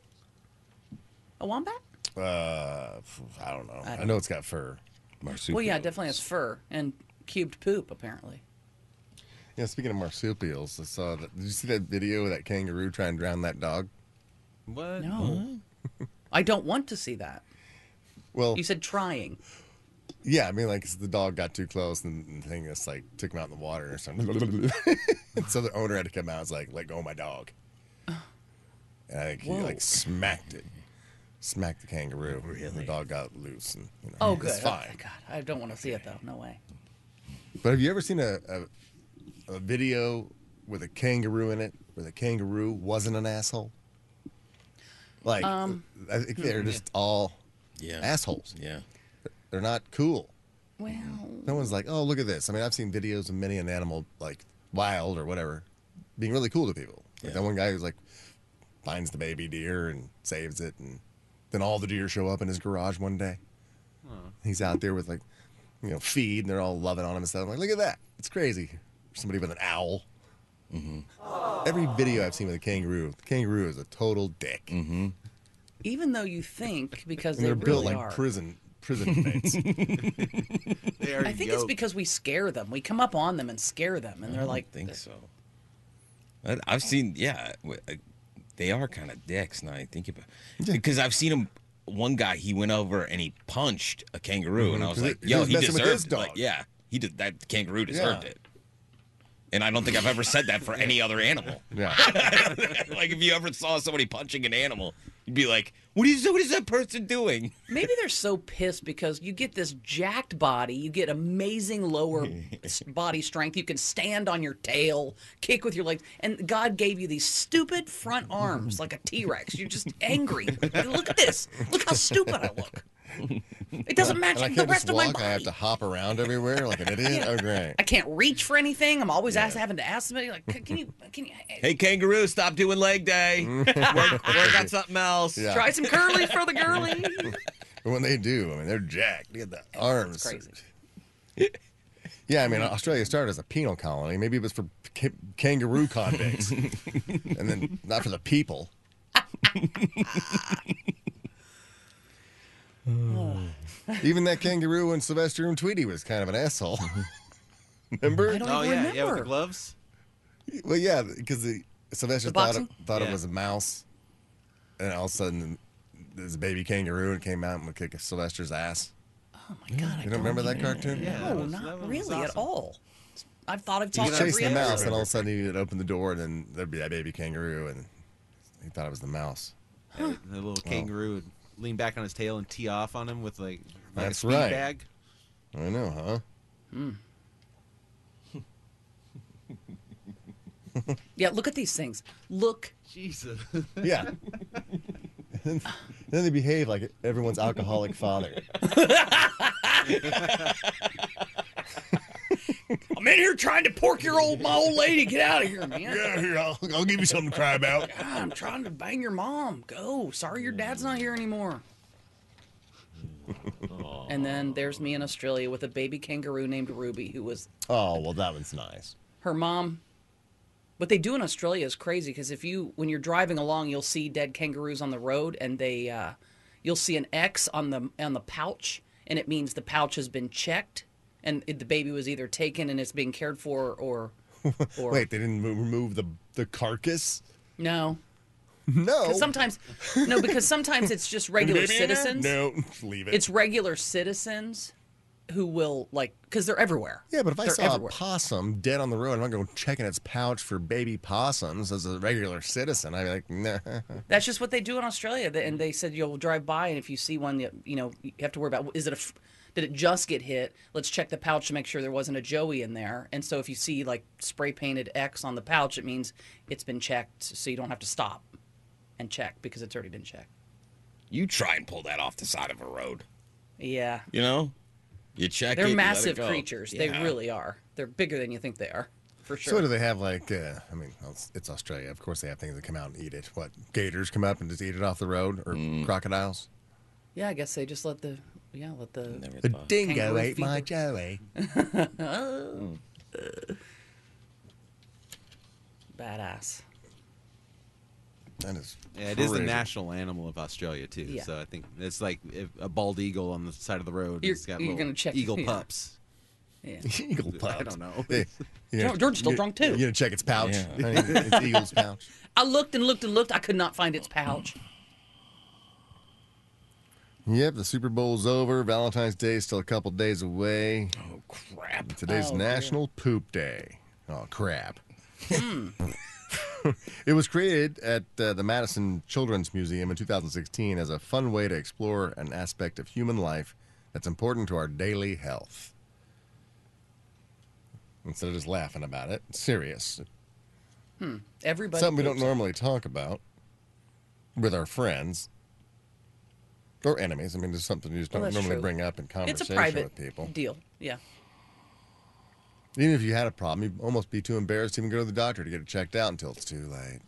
[SPEAKER 9] A wombat?
[SPEAKER 8] Uh, I don't know. I,
[SPEAKER 9] don't
[SPEAKER 8] know, it's got fur.
[SPEAKER 10] Marsupial.
[SPEAKER 9] Well, yeah, it definitely has fur and cubed poop apparently.
[SPEAKER 8] Yeah, speaking of marsupials, I saw that. Did you see that video of that kangaroo trying to drown that dog?
[SPEAKER 11] What?
[SPEAKER 9] No.
[SPEAKER 8] *laughs*
[SPEAKER 9] I don't want to see that.
[SPEAKER 8] Well,
[SPEAKER 9] You said trying.
[SPEAKER 8] yeah, I mean, like 'cause the dog got too close and the thing just like took him out in the water or something. *laughs* so the owner had to come out and was like, "Let go of my dog," and I think he
[SPEAKER 9] Whoa.
[SPEAKER 8] like smacked it, smacked the kangaroo. And the
[SPEAKER 10] Really?
[SPEAKER 8] dog got loose and you know,
[SPEAKER 9] Oh,
[SPEAKER 8] it's
[SPEAKER 9] good.
[SPEAKER 8] fine.
[SPEAKER 9] God, I don't want to see it though. No way.
[SPEAKER 8] But have you ever seen a, a a video with a kangaroo in it where the kangaroo wasn't an asshole? Like
[SPEAKER 9] Um,
[SPEAKER 8] I think they're just all
[SPEAKER 10] Yeah.
[SPEAKER 8] assholes.
[SPEAKER 10] Yeah.
[SPEAKER 8] They're not cool.
[SPEAKER 9] Well,
[SPEAKER 8] No one's like, oh, look at this. I mean, I've seen videos of many an animal like wild or whatever being really cool to people. Like that one guy who's like finds the baby deer and saves it, and then all the deer show up in his garage one day. He's out there with like you know feed, and they're all loving on him and stuff. I'm like, look at that. It's crazy. Somebody with an owl. Every video I've seen with a kangaroo, the kangaroo is a total dick.
[SPEAKER 9] even though you think because
[SPEAKER 8] And
[SPEAKER 9] they
[SPEAKER 8] they're
[SPEAKER 9] really
[SPEAKER 8] built like
[SPEAKER 9] are.
[SPEAKER 8] prison prison mates.
[SPEAKER 11] They are
[SPEAKER 9] I think it's
[SPEAKER 11] yoked.
[SPEAKER 9] because we scare them. We come up on them and scare them, and they're
[SPEAKER 10] I
[SPEAKER 9] like,
[SPEAKER 10] don't think so. I- I've seen, yeah, w- I- they are kind of dicks. Now I think about because I've seen him. One guy, he went over and he punched a kangaroo, and I
[SPEAKER 8] Mhm,
[SPEAKER 10] was
[SPEAKER 8] 'cause
[SPEAKER 10] like,
[SPEAKER 8] he- he
[SPEAKER 10] "Yo,
[SPEAKER 8] was
[SPEAKER 10] he
[SPEAKER 8] messing with
[SPEAKER 10] deserved
[SPEAKER 8] his
[SPEAKER 10] it." Like,
[SPEAKER 8] dog.
[SPEAKER 10] yeah, he did that. Kangaroo deserved
[SPEAKER 8] Yeah.
[SPEAKER 10] it." And I don't think I've ever said that
[SPEAKER 8] *laughs*
[SPEAKER 10] for any other animal. *laughs*
[SPEAKER 8] yeah.
[SPEAKER 10] like if you ever saw somebody punching an animal, you'd be like, "What is what is that person doing?"
[SPEAKER 9] Maybe they're so pissed because you get this jacked body, you get amazing
[SPEAKER 8] *laughs*
[SPEAKER 9] lower s- body strength, you can stand on your tail, kick with your legs, and God gave you these stupid front arms like a T Rex. You're just angry. look at this. Look how stupid I look. It doesn't match
[SPEAKER 8] And I can't
[SPEAKER 9] with the
[SPEAKER 8] just
[SPEAKER 9] rest of my
[SPEAKER 8] walk. I
[SPEAKER 9] body.
[SPEAKER 8] have to hop around everywhere like an
[SPEAKER 9] *laughs*
[SPEAKER 8] idiot. Oh, great.
[SPEAKER 9] I can't reach for anything. I'm always asked, having to ask somebody, like, "Can- can you, can you,
[SPEAKER 10] Hey, kangaroo, stop doing
[SPEAKER 8] *laughs*
[SPEAKER 10] leg day. work, work on something else.
[SPEAKER 8] Yeah.
[SPEAKER 9] try some curly for
[SPEAKER 8] *laughs*
[SPEAKER 9] the girly?
[SPEAKER 8] But when they do, I mean, they're jacked. They got the arms.
[SPEAKER 9] It's crazy.
[SPEAKER 8] *laughs* Yeah, I mean, Australia started as a penal colony. Maybe it was for ca- kangaroo convicts, and then not for the
[SPEAKER 9] *laughs*
[SPEAKER 8] people. Even that kangaroo in Sylvester and Tweety was kind of an asshole. Remember?
[SPEAKER 9] I don't
[SPEAKER 11] Oh
[SPEAKER 9] even
[SPEAKER 11] yeah,
[SPEAKER 9] remember.
[SPEAKER 11] yeah, with the gloves.
[SPEAKER 8] Well, yeah, because Sylvester
[SPEAKER 9] The
[SPEAKER 8] thought it,
[SPEAKER 9] boxing?
[SPEAKER 8] thought
[SPEAKER 11] Yeah.
[SPEAKER 8] it was a mouse. and all of a sudden this baby kangaroo and came out and would kick Sylvester's ass.
[SPEAKER 9] Oh my god! I
[SPEAKER 8] You don't remember that cartoon?
[SPEAKER 9] no, Oh, not really at all. I've thought I've
[SPEAKER 8] He
[SPEAKER 9] talked
[SPEAKER 8] was
[SPEAKER 9] about
[SPEAKER 8] chasing the mouse,
[SPEAKER 9] it.
[SPEAKER 8] and all of a sudden he would open the door, and then there'd be that baby kangaroo, and he thought it was the mouse.
[SPEAKER 11] And the little kangaroo would lean back on his tail and tee off on him with like, like a
[SPEAKER 8] That's
[SPEAKER 11] speed
[SPEAKER 8] right.
[SPEAKER 11] bag.
[SPEAKER 8] I know, huh?
[SPEAKER 9] Yeah, look at these things. Look.
[SPEAKER 11] Jesus.
[SPEAKER 8] Yeah. then they behave like everyone's alcoholic father.
[SPEAKER 9] I'm in here trying to pork your old
[SPEAKER 10] *laughs*
[SPEAKER 9] my old lady. Get out of here, man.
[SPEAKER 8] Yeah, *laughs* here, I'll, I'll give you something to cry about.
[SPEAKER 9] God, I'm trying to bang your mom. Go. Sorry your dad's not
[SPEAKER 8] *laughs*
[SPEAKER 9] here anymore. and then there's me in Australia with a baby kangaroo named Ruby, who was
[SPEAKER 8] Oh, well, that one's nice.
[SPEAKER 9] her mom. What they do in Australia is crazy because if you, when you're driving along, you'll see dead kangaroos on the road, and they, uh, you'll see an X on the on the pouch, and it means the pouch has been checked, and it, the baby was either taken and it's being cared for, or Or-
[SPEAKER 8] *laughs* Wait, they didn't mo- remove the the carcass?
[SPEAKER 9] no,
[SPEAKER 8] No.
[SPEAKER 9] 'Cause sometimes no, because sometimes it's just regular
[SPEAKER 8] Maybe in there?
[SPEAKER 9] citizens.
[SPEAKER 8] No, *laughs* leave it.
[SPEAKER 9] It's regular citizens who will like because they're everywhere.
[SPEAKER 8] yeah, but if I
[SPEAKER 9] They're
[SPEAKER 8] saw a possum dead on the road, I'm not going checking its pouch for baby possums as a regular citizen. I'd be like,
[SPEAKER 9] *laughs*
[SPEAKER 8] nah.
[SPEAKER 9] That's just what they do in Australia, They- and they said you'll drive by, and if you see one, you you know you have to worry about is it a f- did it just get hit? Let's check the pouch to make sure there wasn't a joey in there. And so if you see like spray painted X on the pouch, it means it's been checked, so you don't have to stop and check because it's already been checked.
[SPEAKER 10] You try and pull that off the side of a road.
[SPEAKER 9] Yeah,
[SPEAKER 10] You know, you check. it,
[SPEAKER 9] they're
[SPEAKER 10] you let it
[SPEAKER 9] massive
[SPEAKER 10] go.
[SPEAKER 9] creatures. They
[SPEAKER 10] Yeah.
[SPEAKER 9] really are. They're bigger than you think they are, for sure.
[SPEAKER 8] So do they have like? Uh, I mean, well, it's- it's Australia. Of course, they have things that come out and eat it. What gators come up and just eat it off the road, or
[SPEAKER 9] Mm.
[SPEAKER 8] crocodiles?
[SPEAKER 9] Yeah, I guess they just let the yeah let the
[SPEAKER 8] The
[SPEAKER 9] Uh,
[SPEAKER 8] dingo
[SPEAKER 9] kangaroo
[SPEAKER 8] ate my
[SPEAKER 9] feed
[SPEAKER 8] joey.
[SPEAKER 9] the- Badass.
[SPEAKER 8] That
[SPEAKER 9] *laughs*
[SPEAKER 8] is.
[SPEAKER 11] Yeah, it is the
[SPEAKER 8] crazy.
[SPEAKER 11] national animal of Australia too.
[SPEAKER 9] Yeah.
[SPEAKER 11] So I think it's like if a bald eagle on the side of the road. and
[SPEAKER 9] You're-
[SPEAKER 11] it's got
[SPEAKER 9] you're
[SPEAKER 11] little
[SPEAKER 9] gonna check-
[SPEAKER 11] eagle
[SPEAKER 9] yeah.
[SPEAKER 11] pups.
[SPEAKER 8] *laughs*
[SPEAKER 9] Yeah.
[SPEAKER 8] *laughs* Eagle pouch.
[SPEAKER 11] I don't know.
[SPEAKER 9] *laughs*
[SPEAKER 8] Yeah, you
[SPEAKER 9] George- George is still
[SPEAKER 8] you-
[SPEAKER 9] drunk, too.
[SPEAKER 8] You're gonna check its pouch.
[SPEAKER 10] Yeah.
[SPEAKER 8] I mean,
[SPEAKER 9] *laughs*
[SPEAKER 8] it's eagle's pouch.
[SPEAKER 9] I looked and looked and looked. I could not find its pouch.
[SPEAKER 8] Yep, the Super Bowl's over. Valentine's Day is still a couple days away.
[SPEAKER 10] Oh crap!
[SPEAKER 8] Today's
[SPEAKER 9] Oh, dear.
[SPEAKER 8] National Poop Day. Oh, crap.
[SPEAKER 9] Hmm.
[SPEAKER 8] *laughs* it was created at uh, the Madison Children's Museum in 2016 as a fun way to explore an aspect of human life that's important to our daily health. Instead of just laughing about it, it's serious.
[SPEAKER 9] Everybody.
[SPEAKER 8] Something we don't
[SPEAKER 9] poops.
[SPEAKER 8] normally talk about with our friends or enemies. I mean, it's something you just
[SPEAKER 9] Well,
[SPEAKER 8] don't
[SPEAKER 9] that's
[SPEAKER 8] normally
[SPEAKER 9] true.
[SPEAKER 8] bring up in
[SPEAKER 9] It's a
[SPEAKER 8] conversation
[SPEAKER 9] private
[SPEAKER 8] with people.
[SPEAKER 9] deal.
[SPEAKER 8] *laughs*
[SPEAKER 9] Yeah.
[SPEAKER 8] Even if you had a problem, you'd almost be too embarrassed to even go to the doctor to get it checked out until it's too late.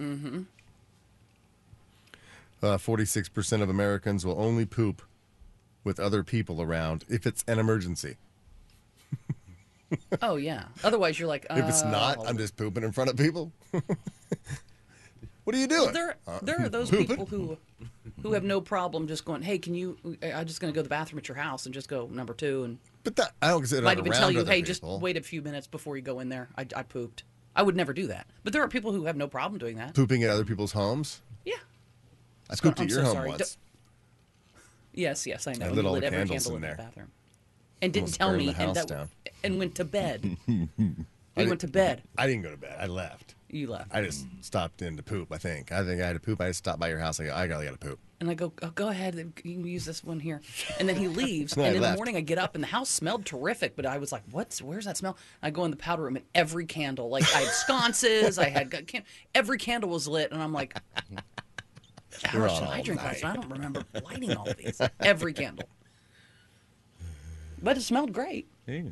[SPEAKER 9] Mm-hmm.
[SPEAKER 8] Uh, 46% of Americans will only poop with other people around if it's an emergency.
[SPEAKER 9] Oh yeah. Otherwise, you're like.
[SPEAKER 8] If it's not,
[SPEAKER 9] oh.
[SPEAKER 8] I'm just pooping in front of people. *laughs* what are you doing?
[SPEAKER 9] There,
[SPEAKER 8] Uh,
[SPEAKER 9] there
[SPEAKER 8] *laughs*
[SPEAKER 9] are those
[SPEAKER 8] pooping?
[SPEAKER 9] people who, who have no problem just going. Hey, can you? I'm just going to go to the bathroom at your house and just go number two and
[SPEAKER 8] But that, I don't consider
[SPEAKER 9] might
[SPEAKER 8] that
[SPEAKER 9] even
[SPEAKER 8] around
[SPEAKER 9] tell you,
[SPEAKER 8] other
[SPEAKER 9] hey, just
[SPEAKER 8] people.
[SPEAKER 9] wait a few minutes before you go in there. I, I pooped. I would never do that. But there are people who have no problem doing that.
[SPEAKER 8] Pooping at other people's homes?
[SPEAKER 9] Yeah.
[SPEAKER 8] I pooped
[SPEAKER 9] Oh, I'm
[SPEAKER 8] at your
[SPEAKER 9] so
[SPEAKER 8] home
[SPEAKER 9] sorry.
[SPEAKER 8] once.
[SPEAKER 9] Yes, yes, I know.
[SPEAKER 8] I
[SPEAKER 9] You
[SPEAKER 8] lit all the
[SPEAKER 9] every
[SPEAKER 8] candles
[SPEAKER 9] candle
[SPEAKER 8] in
[SPEAKER 9] that
[SPEAKER 8] there.
[SPEAKER 9] bathroom. And didn't
[SPEAKER 8] Almost
[SPEAKER 9] tell
[SPEAKER 8] burned
[SPEAKER 9] me
[SPEAKER 8] the
[SPEAKER 9] and
[SPEAKER 8] house
[SPEAKER 9] that
[SPEAKER 8] down.
[SPEAKER 9] and went
[SPEAKER 8] *laughs*
[SPEAKER 9] to bed.
[SPEAKER 8] I
[SPEAKER 9] you
[SPEAKER 8] didn't-
[SPEAKER 9] went to bed.
[SPEAKER 8] I didn't go to bed. I left.
[SPEAKER 9] You left.
[SPEAKER 8] I just stopped in to poop, I think. I think I had to poop. I just stopped by your house. I, go, I gotta, gotta poop.
[SPEAKER 9] And I go, oh, go ahead, you can use this one here. And then he leaves.
[SPEAKER 8] No, I
[SPEAKER 9] and in the
[SPEAKER 8] left.
[SPEAKER 9] morning, I get up, and the house smelled terrific. But I was like, what's, where's that smell? I go in the powder room, and every candle, like I had sconces, I had, can- every candle was lit. And I'm like, how
[SPEAKER 8] We're
[SPEAKER 9] much
[SPEAKER 8] on
[SPEAKER 9] did I
[SPEAKER 8] all
[SPEAKER 9] drink last
[SPEAKER 8] night.
[SPEAKER 9] night? I don't remember lighting all these. Every candle. But it smelled great.
[SPEAKER 10] Yeah.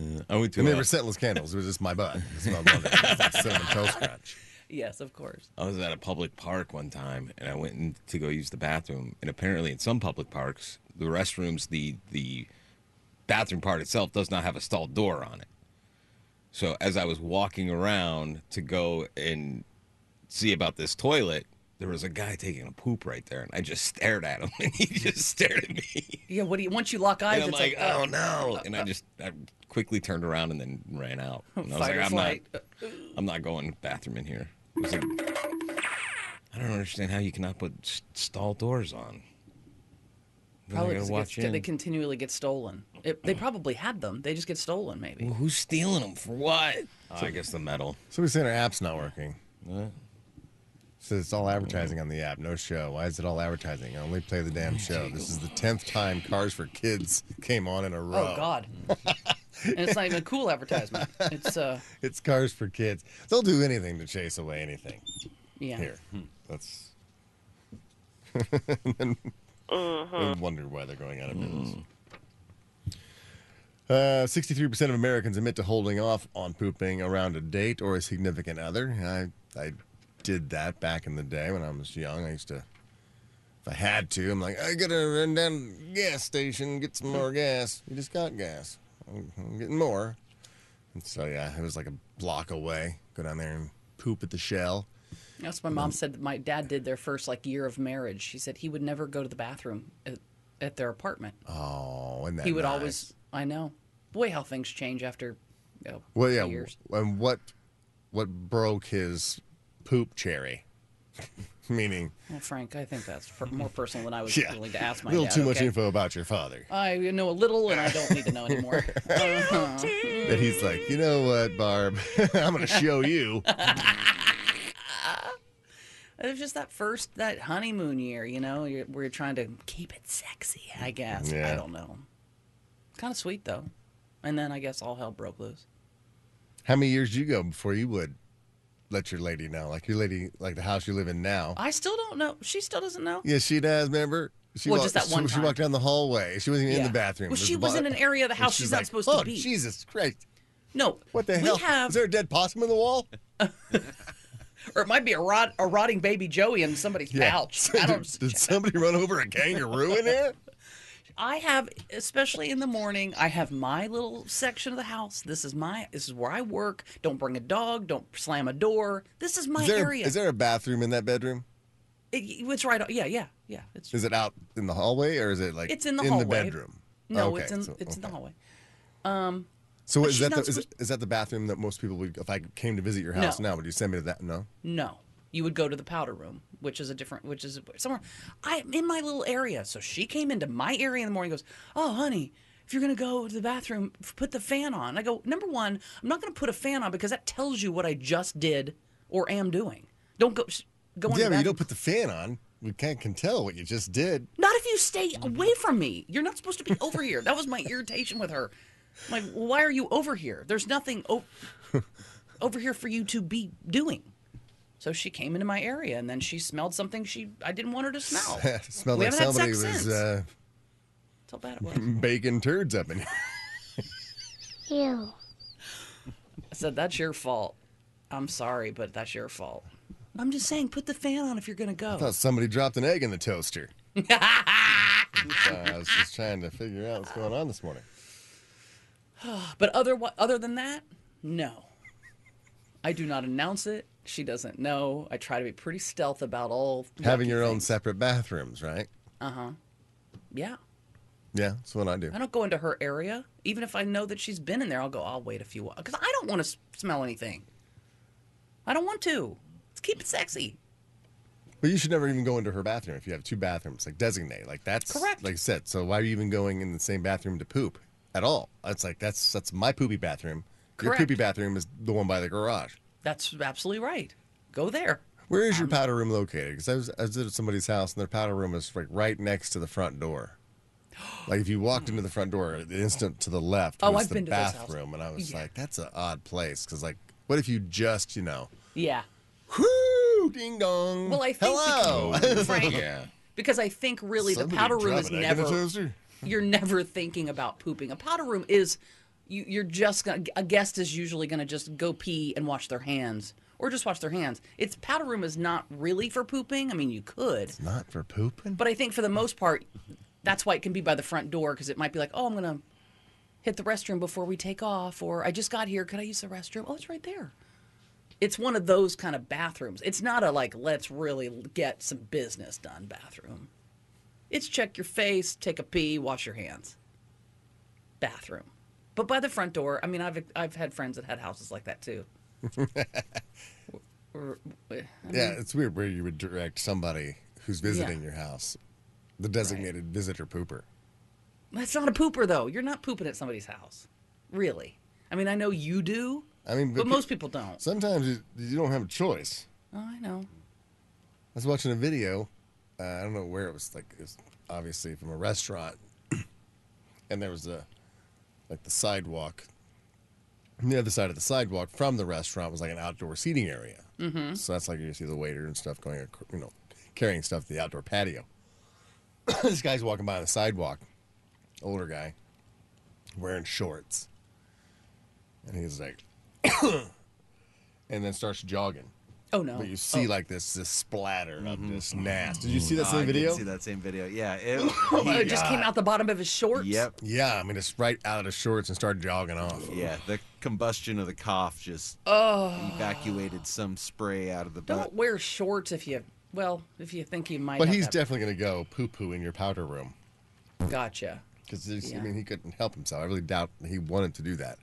[SPEAKER 10] Uh, I went to.
[SPEAKER 8] And they
[SPEAKER 10] a-
[SPEAKER 8] were scentless candles. It was just my butt. It smelled wonderful. It was like cinnamon toast crunch.
[SPEAKER 9] Yes, of course.
[SPEAKER 10] I was at a public park one time, and I went in to go use the bathroom. And apparently, in some public parks, the restrooms, the the bathroom part itself does not have a stall door on it. So as I was walking around to go and see about this toilet, there was a guy taking a poop right there, and I just stared at him, *laughs* and he just stared at me.
[SPEAKER 9] Yeah, what do you, once you lock eyes,
[SPEAKER 10] And I'm
[SPEAKER 9] it's
[SPEAKER 10] like,
[SPEAKER 9] uh,
[SPEAKER 10] "Oh no!" And I just I quickly turned around and then ran out. And I was
[SPEAKER 9] Fight or
[SPEAKER 10] like, "I'm not,
[SPEAKER 9] flight.
[SPEAKER 10] I'm not going to the bathroom in here." It was like- I don't understand how you cannot put s- stall doors on. Then
[SPEAKER 9] Probably
[SPEAKER 10] I
[SPEAKER 9] because
[SPEAKER 10] gotta
[SPEAKER 9] Oh, it
[SPEAKER 10] watch
[SPEAKER 9] gets- they
[SPEAKER 10] in.
[SPEAKER 9] continually get stolen. It, they probably had them. They just get stolen, maybe.
[SPEAKER 10] Well, who's stealing them for what? Oh, I guess the metal.
[SPEAKER 8] Somebody's saying our app's not working. Says it's all advertising on the app, no show. Why is it all advertising? I only play the damn show. This is the tenth time Cars for Kids came on in a row. *laughs*
[SPEAKER 9] Oh God! and it's not even a cool advertisement. It's uh,
[SPEAKER 8] It's Cars for Kids. They'll do anything to chase away anything.
[SPEAKER 9] Yeah.
[SPEAKER 8] Here, Hmm. that's. *laughs* and I wonder why they're going out of business. Uh, 63% of Americans admit to holding off on pooping around a date or a significant other. I, I did that back in the day when I was young. I used to, if I had to, I'm like, I gotta run down to the gas station, get some more gas. You just got gas. I'm, I'm getting more. And so, yeah, it was like a block away. Go down there and poop at the shell.
[SPEAKER 9] that's what my mom said. That my dad did their first like year of marriage. She said he would never go to the bathroom at, at their apartment.
[SPEAKER 8] Oh, and that
[SPEAKER 9] he would
[SPEAKER 8] nice?
[SPEAKER 9] always. I know. Boy, how things change after. You know,
[SPEAKER 8] Well, yeah.
[SPEAKER 9] Years.
[SPEAKER 8] And what what broke his poop cherry? *laughs* Meaning,
[SPEAKER 9] Well, Frank, I think that's per- more personal than I
[SPEAKER 8] *laughs*
[SPEAKER 9] was
[SPEAKER 8] yeah,
[SPEAKER 9] willing to ask
[SPEAKER 8] a
[SPEAKER 9] my
[SPEAKER 8] little
[SPEAKER 9] dad.
[SPEAKER 8] too much
[SPEAKER 9] okay?
[SPEAKER 8] info about your father.
[SPEAKER 9] I know a little, and I don't need to know
[SPEAKER 8] *laughs*
[SPEAKER 9] anymore. Uh-huh.
[SPEAKER 8] That he's like, you know what, Barb? *laughs* I'm gonna show
[SPEAKER 9] *laughs*
[SPEAKER 8] you.
[SPEAKER 9] It was just that first that honeymoon year, you know, you're, where you're trying to keep it sexy. I guess I
[SPEAKER 8] Yeah.
[SPEAKER 9] don't know. Kind of sweet though, and then I guess all hell broke loose.
[SPEAKER 8] How many years did you go before you would let your lady know? Like your lady, like the house you live in now.
[SPEAKER 9] I still don't know. She still doesn't know.
[SPEAKER 8] Yeah, she does. Remember? She
[SPEAKER 9] Well,
[SPEAKER 8] walked-
[SPEAKER 9] just that one
[SPEAKER 8] She, she
[SPEAKER 9] time.
[SPEAKER 8] walked down the hallway. She wasn't even in
[SPEAKER 9] Yeah.
[SPEAKER 8] the bathroom.
[SPEAKER 9] Well,
[SPEAKER 8] There's
[SPEAKER 9] she
[SPEAKER 8] a
[SPEAKER 9] was
[SPEAKER 8] bo-
[SPEAKER 9] in an area of the
[SPEAKER 8] and
[SPEAKER 9] house
[SPEAKER 8] she
[SPEAKER 9] she's
[SPEAKER 8] was
[SPEAKER 9] not
[SPEAKER 8] like,
[SPEAKER 9] supposed to
[SPEAKER 8] "Oh,
[SPEAKER 9] be."
[SPEAKER 8] Jesus Christ!
[SPEAKER 9] No,
[SPEAKER 8] What the
[SPEAKER 9] we
[SPEAKER 8] hell?
[SPEAKER 9] have-
[SPEAKER 8] Is there a dead possum in the wall?
[SPEAKER 9] or it might be a rot, a rotting baby Joey in somebody's pouch. I
[SPEAKER 8] *laughs* did,
[SPEAKER 9] don't.
[SPEAKER 8] did somebody run over a kangaroo in
[SPEAKER 9] *laughs*
[SPEAKER 8] there?
[SPEAKER 9] I have, especially in the morning, I have my little section of the house. This is my. This is where I work. Don't bring a dog. Don't slam a door. This is my
[SPEAKER 8] is there,
[SPEAKER 9] area.
[SPEAKER 8] is there a bathroom in that bedroom?
[SPEAKER 9] It- it's right. Yeah, yeah, yeah. It's
[SPEAKER 8] Is it out in the hallway or is it like
[SPEAKER 9] It's in the
[SPEAKER 8] in
[SPEAKER 9] hallway.
[SPEAKER 8] the bedroom?
[SPEAKER 9] No,
[SPEAKER 8] Okay,
[SPEAKER 9] it's in
[SPEAKER 8] so,
[SPEAKER 9] it's in the
[SPEAKER 8] okay.
[SPEAKER 9] hallway. Um,
[SPEAKER 8] So
[SPEAKER 9] but
[SPEAKER 8] is
[SPEAKER 9] she's
[SPEAKER 8] that, the,
[SPEAKER 9] not
[SPEAKER 8] is,
[SPEAKER 9] supposed-
[SPEAKER 8] it- is that the bathroom that most people would? If I came to visit your house
[SPEAKER 9] No.
[SPEAKER 8] now, would you send me to that? No.
[SPEAKER 9] no? You would go to the powder room, which is a different, which is somewhere. I'm in my little area, so she came into my area in the morning. and Goes, oh honey, if you're gonna go to the bathroom, f- put the fan on. I go, number one, I'm not gonna put a fan on because that tells you what I just did or am doing. Don't go sh- go in
[SPEAKER 8] yeah, but
[SPEAKER 9] the
[SPEAKER 8] you
[SPEAKER 9] bathroom.
[SPEAKER 8] don't put the fan on. We can't can tell what you just did. *laughs*
[SPEAKER 9] Not if you stay
[SPEAKER 8] Mm-hmm.
[SPEAKER 9] away from me. You're not supposed to be over here. That was my irritation with her. I'm like, well, why are you over here? There's nothing
[SPEAKER 8] *laughs*
[SPEAKER 9] o- over here for you to be doing. So she came into my area, and then she smelled something she I didn't want her to smell.
[SPEAKER 8] *laughs* Smelled
[SPEAKER 9] we
[SPEAKER 8] like
[SPEAKER 9] haven't
[SPEAKER 8] somebody
[SPEAKER 9] had sex
[SPEAKER 8] was
[SPEAKER 9] since.
[SPEAKER 8] uh,
[SPEAKER 9] That's how bad it was.
[SPEAKER 8] baking turds up in here. *laughs*
[SPEAKER 9] Ew. I said that's your fault. I'm sorry, but that's your fault. I'm just saying, put the fan on if you're gonna go.
[SPEAKER 8] I thought somebody dropped an egg in the
[SPEAKER 9] *laughs*
[SPEAKER 8] toaster. So I was just trying to figure out what's going on this morning.
[SPEAKER 9] but other other than that, no. I do not announce it. She doesn't know. I try to be pretty stealth about all
[SPEAKER 8] Having your own separate bathrooms, right?
[SPEAKER 9] Uh huh. Yeah,
[SPEAKER 8] Yeah, that's what I do.
[SPEAKER 9] I don't go into her area. Even if I know that she's been in there, I'll go. I'll wait a few because I don't want to smell anything. I don't want to. Let's keep it sexy.
[SPEAKER 8] Well, you should never even go into her bathroom if you have two bathrooms, like designate. Like that's
[SPEAKER 9] Correct.
[SPEAKER 8] Like I said, so why are you even going in the same bathroom to poop at all? It's like that's that's my poopy bathroom. Your
[SPEAKER 9] Correct.
[SPEAKER 8] poopy bathroom is the one by the garage.
[SPEAKER 9] That's absolutely right. Go there.
[SPEAKER 8] Where
[SPEAKER 9] Um,
[SPEAKER 8] is your powder room located? Because I was, I was at somebody's house and their powder room is like right next to the front
[SPEAKER 9] *gasps*
[SPEAKER 8] door. Like if you walked into the front door, the instant to the left
[SPEAKER 9] Oh,
[SPEAKER 8] was
[SPEAKER 9] I've
[SPEAKER 8] the
[SPEAKER 9] been to those houses.
[SPEAKER 8] bathroom, and I was
[SPEAKER 9] Yeah.
[SPEAKER 8] like, that's an odd place. Because like, what if you just you know,
[SPEAKER 9] Yeah.
[SPEAKER 8] whoo, ding dong.
[SPEAKER 9] Well, I think
[SPEAKER 8] hello, *laughs*
[SPEAKER 9] because- Frank, because I think really
[SPEAKER 8] Somebody
[SPEAKER 9] the powder room
[SPEAKER 8] drop
[SPEAKER 9] is
[SPEAKER 8] an egg in the
[SPEAKER 9] never.
[SPEAKER 8] toaster?
[SPEAKER 9] You're never thinking about pooping. A powder room is you, you're just gonna, a guest is usually going to just go pee and wash their hands or just wash their hands. It's powder room is not really for pooping. I mean, you could,
[SPEAKER 8] Not for poop.
[SPEAKER 9] but I think for the most part, that's why it can be by the front door because it might be like, oh, I'm going to hit the restroom before we take off, or I just got here. Could I use the restroom? Oh, it's right there. It's one of those kind of bathrooms. It's not a like, let's really get some business done bathroom. It's check your face, take a pee, wash your hands. Bathroom. But by the front door, I mean, I've, I've had friends that had houses like that too. Or, I mean,
[SPEAKER 8] yeah, it's weird where you would direct somebody who's visiting your house, the designated visitor pooper.
[SPEAKER 9] That's not a pooper though. You're not pooping at somebody's house, really. I mean, I know you do.
[SPEAKER 8] I mean,
[SPEAKER 9] But most people don't.
[SPEAKER 8] Sometimes you, you don't have a choice.
[SPEAKER 9] Oh, I know.
[SPEAKER 8] I was watching a video. Uh, I don't know where it was. Like it was obviously from a restaurant, *clears throat* and there was a like the sidewalk. And the other side of the sidewalk from the restaurant was like an outdoor seating area.
[SPEAKER 13] Mhm.
[SPEAKER 8] So that's like you see the waiter and stuff going, ac- you know, carrying stuff to the outdoor patio. *clears throat* this guy's walking by on the sidewalk, older guy, wearing shorts, and he's like, *coughs* and then starts jogging.
[SPEAKER 9] Oh Mm-hmm. no!
[SPEAKER 8] But you see like this this splatter of this nasty. Did you see that same video?
[SPEAKER 11] I did see that same video. Yeah. It,
[SPEAKER 9] *laughs* Oh, it just came out the bottom of his shorts.
[SPEAKER 11] Yep.
[SPEAKER 8] Yeah, I mean it's right out of his shorts and started jogging off.
[SPEAKER 11] Yeah, the combustion of the cough just
[SPEAKER 9] Oh.
[SPEAKER 11] evacuated some spray out of the
[SPEAKER 9] Don't
[SPEAKER 11] butt.
[SPEAKER 9] wear shorts if you well if you think you might.
[SPEAKER 8] But
[SPEAKER 9] have
[SPEAKER 8] he's
[SPEAKER 9] that-
[SPEAKER 8] definitely going to go poo poo in your powder room.
[SPEAKER 9] Gotcha.
[SPEAKER 8] Because
[SPEAKER 9] Yeah.
[SPEAKER 8] I mean he couldn't help himself. I really doubt he wanted to do that,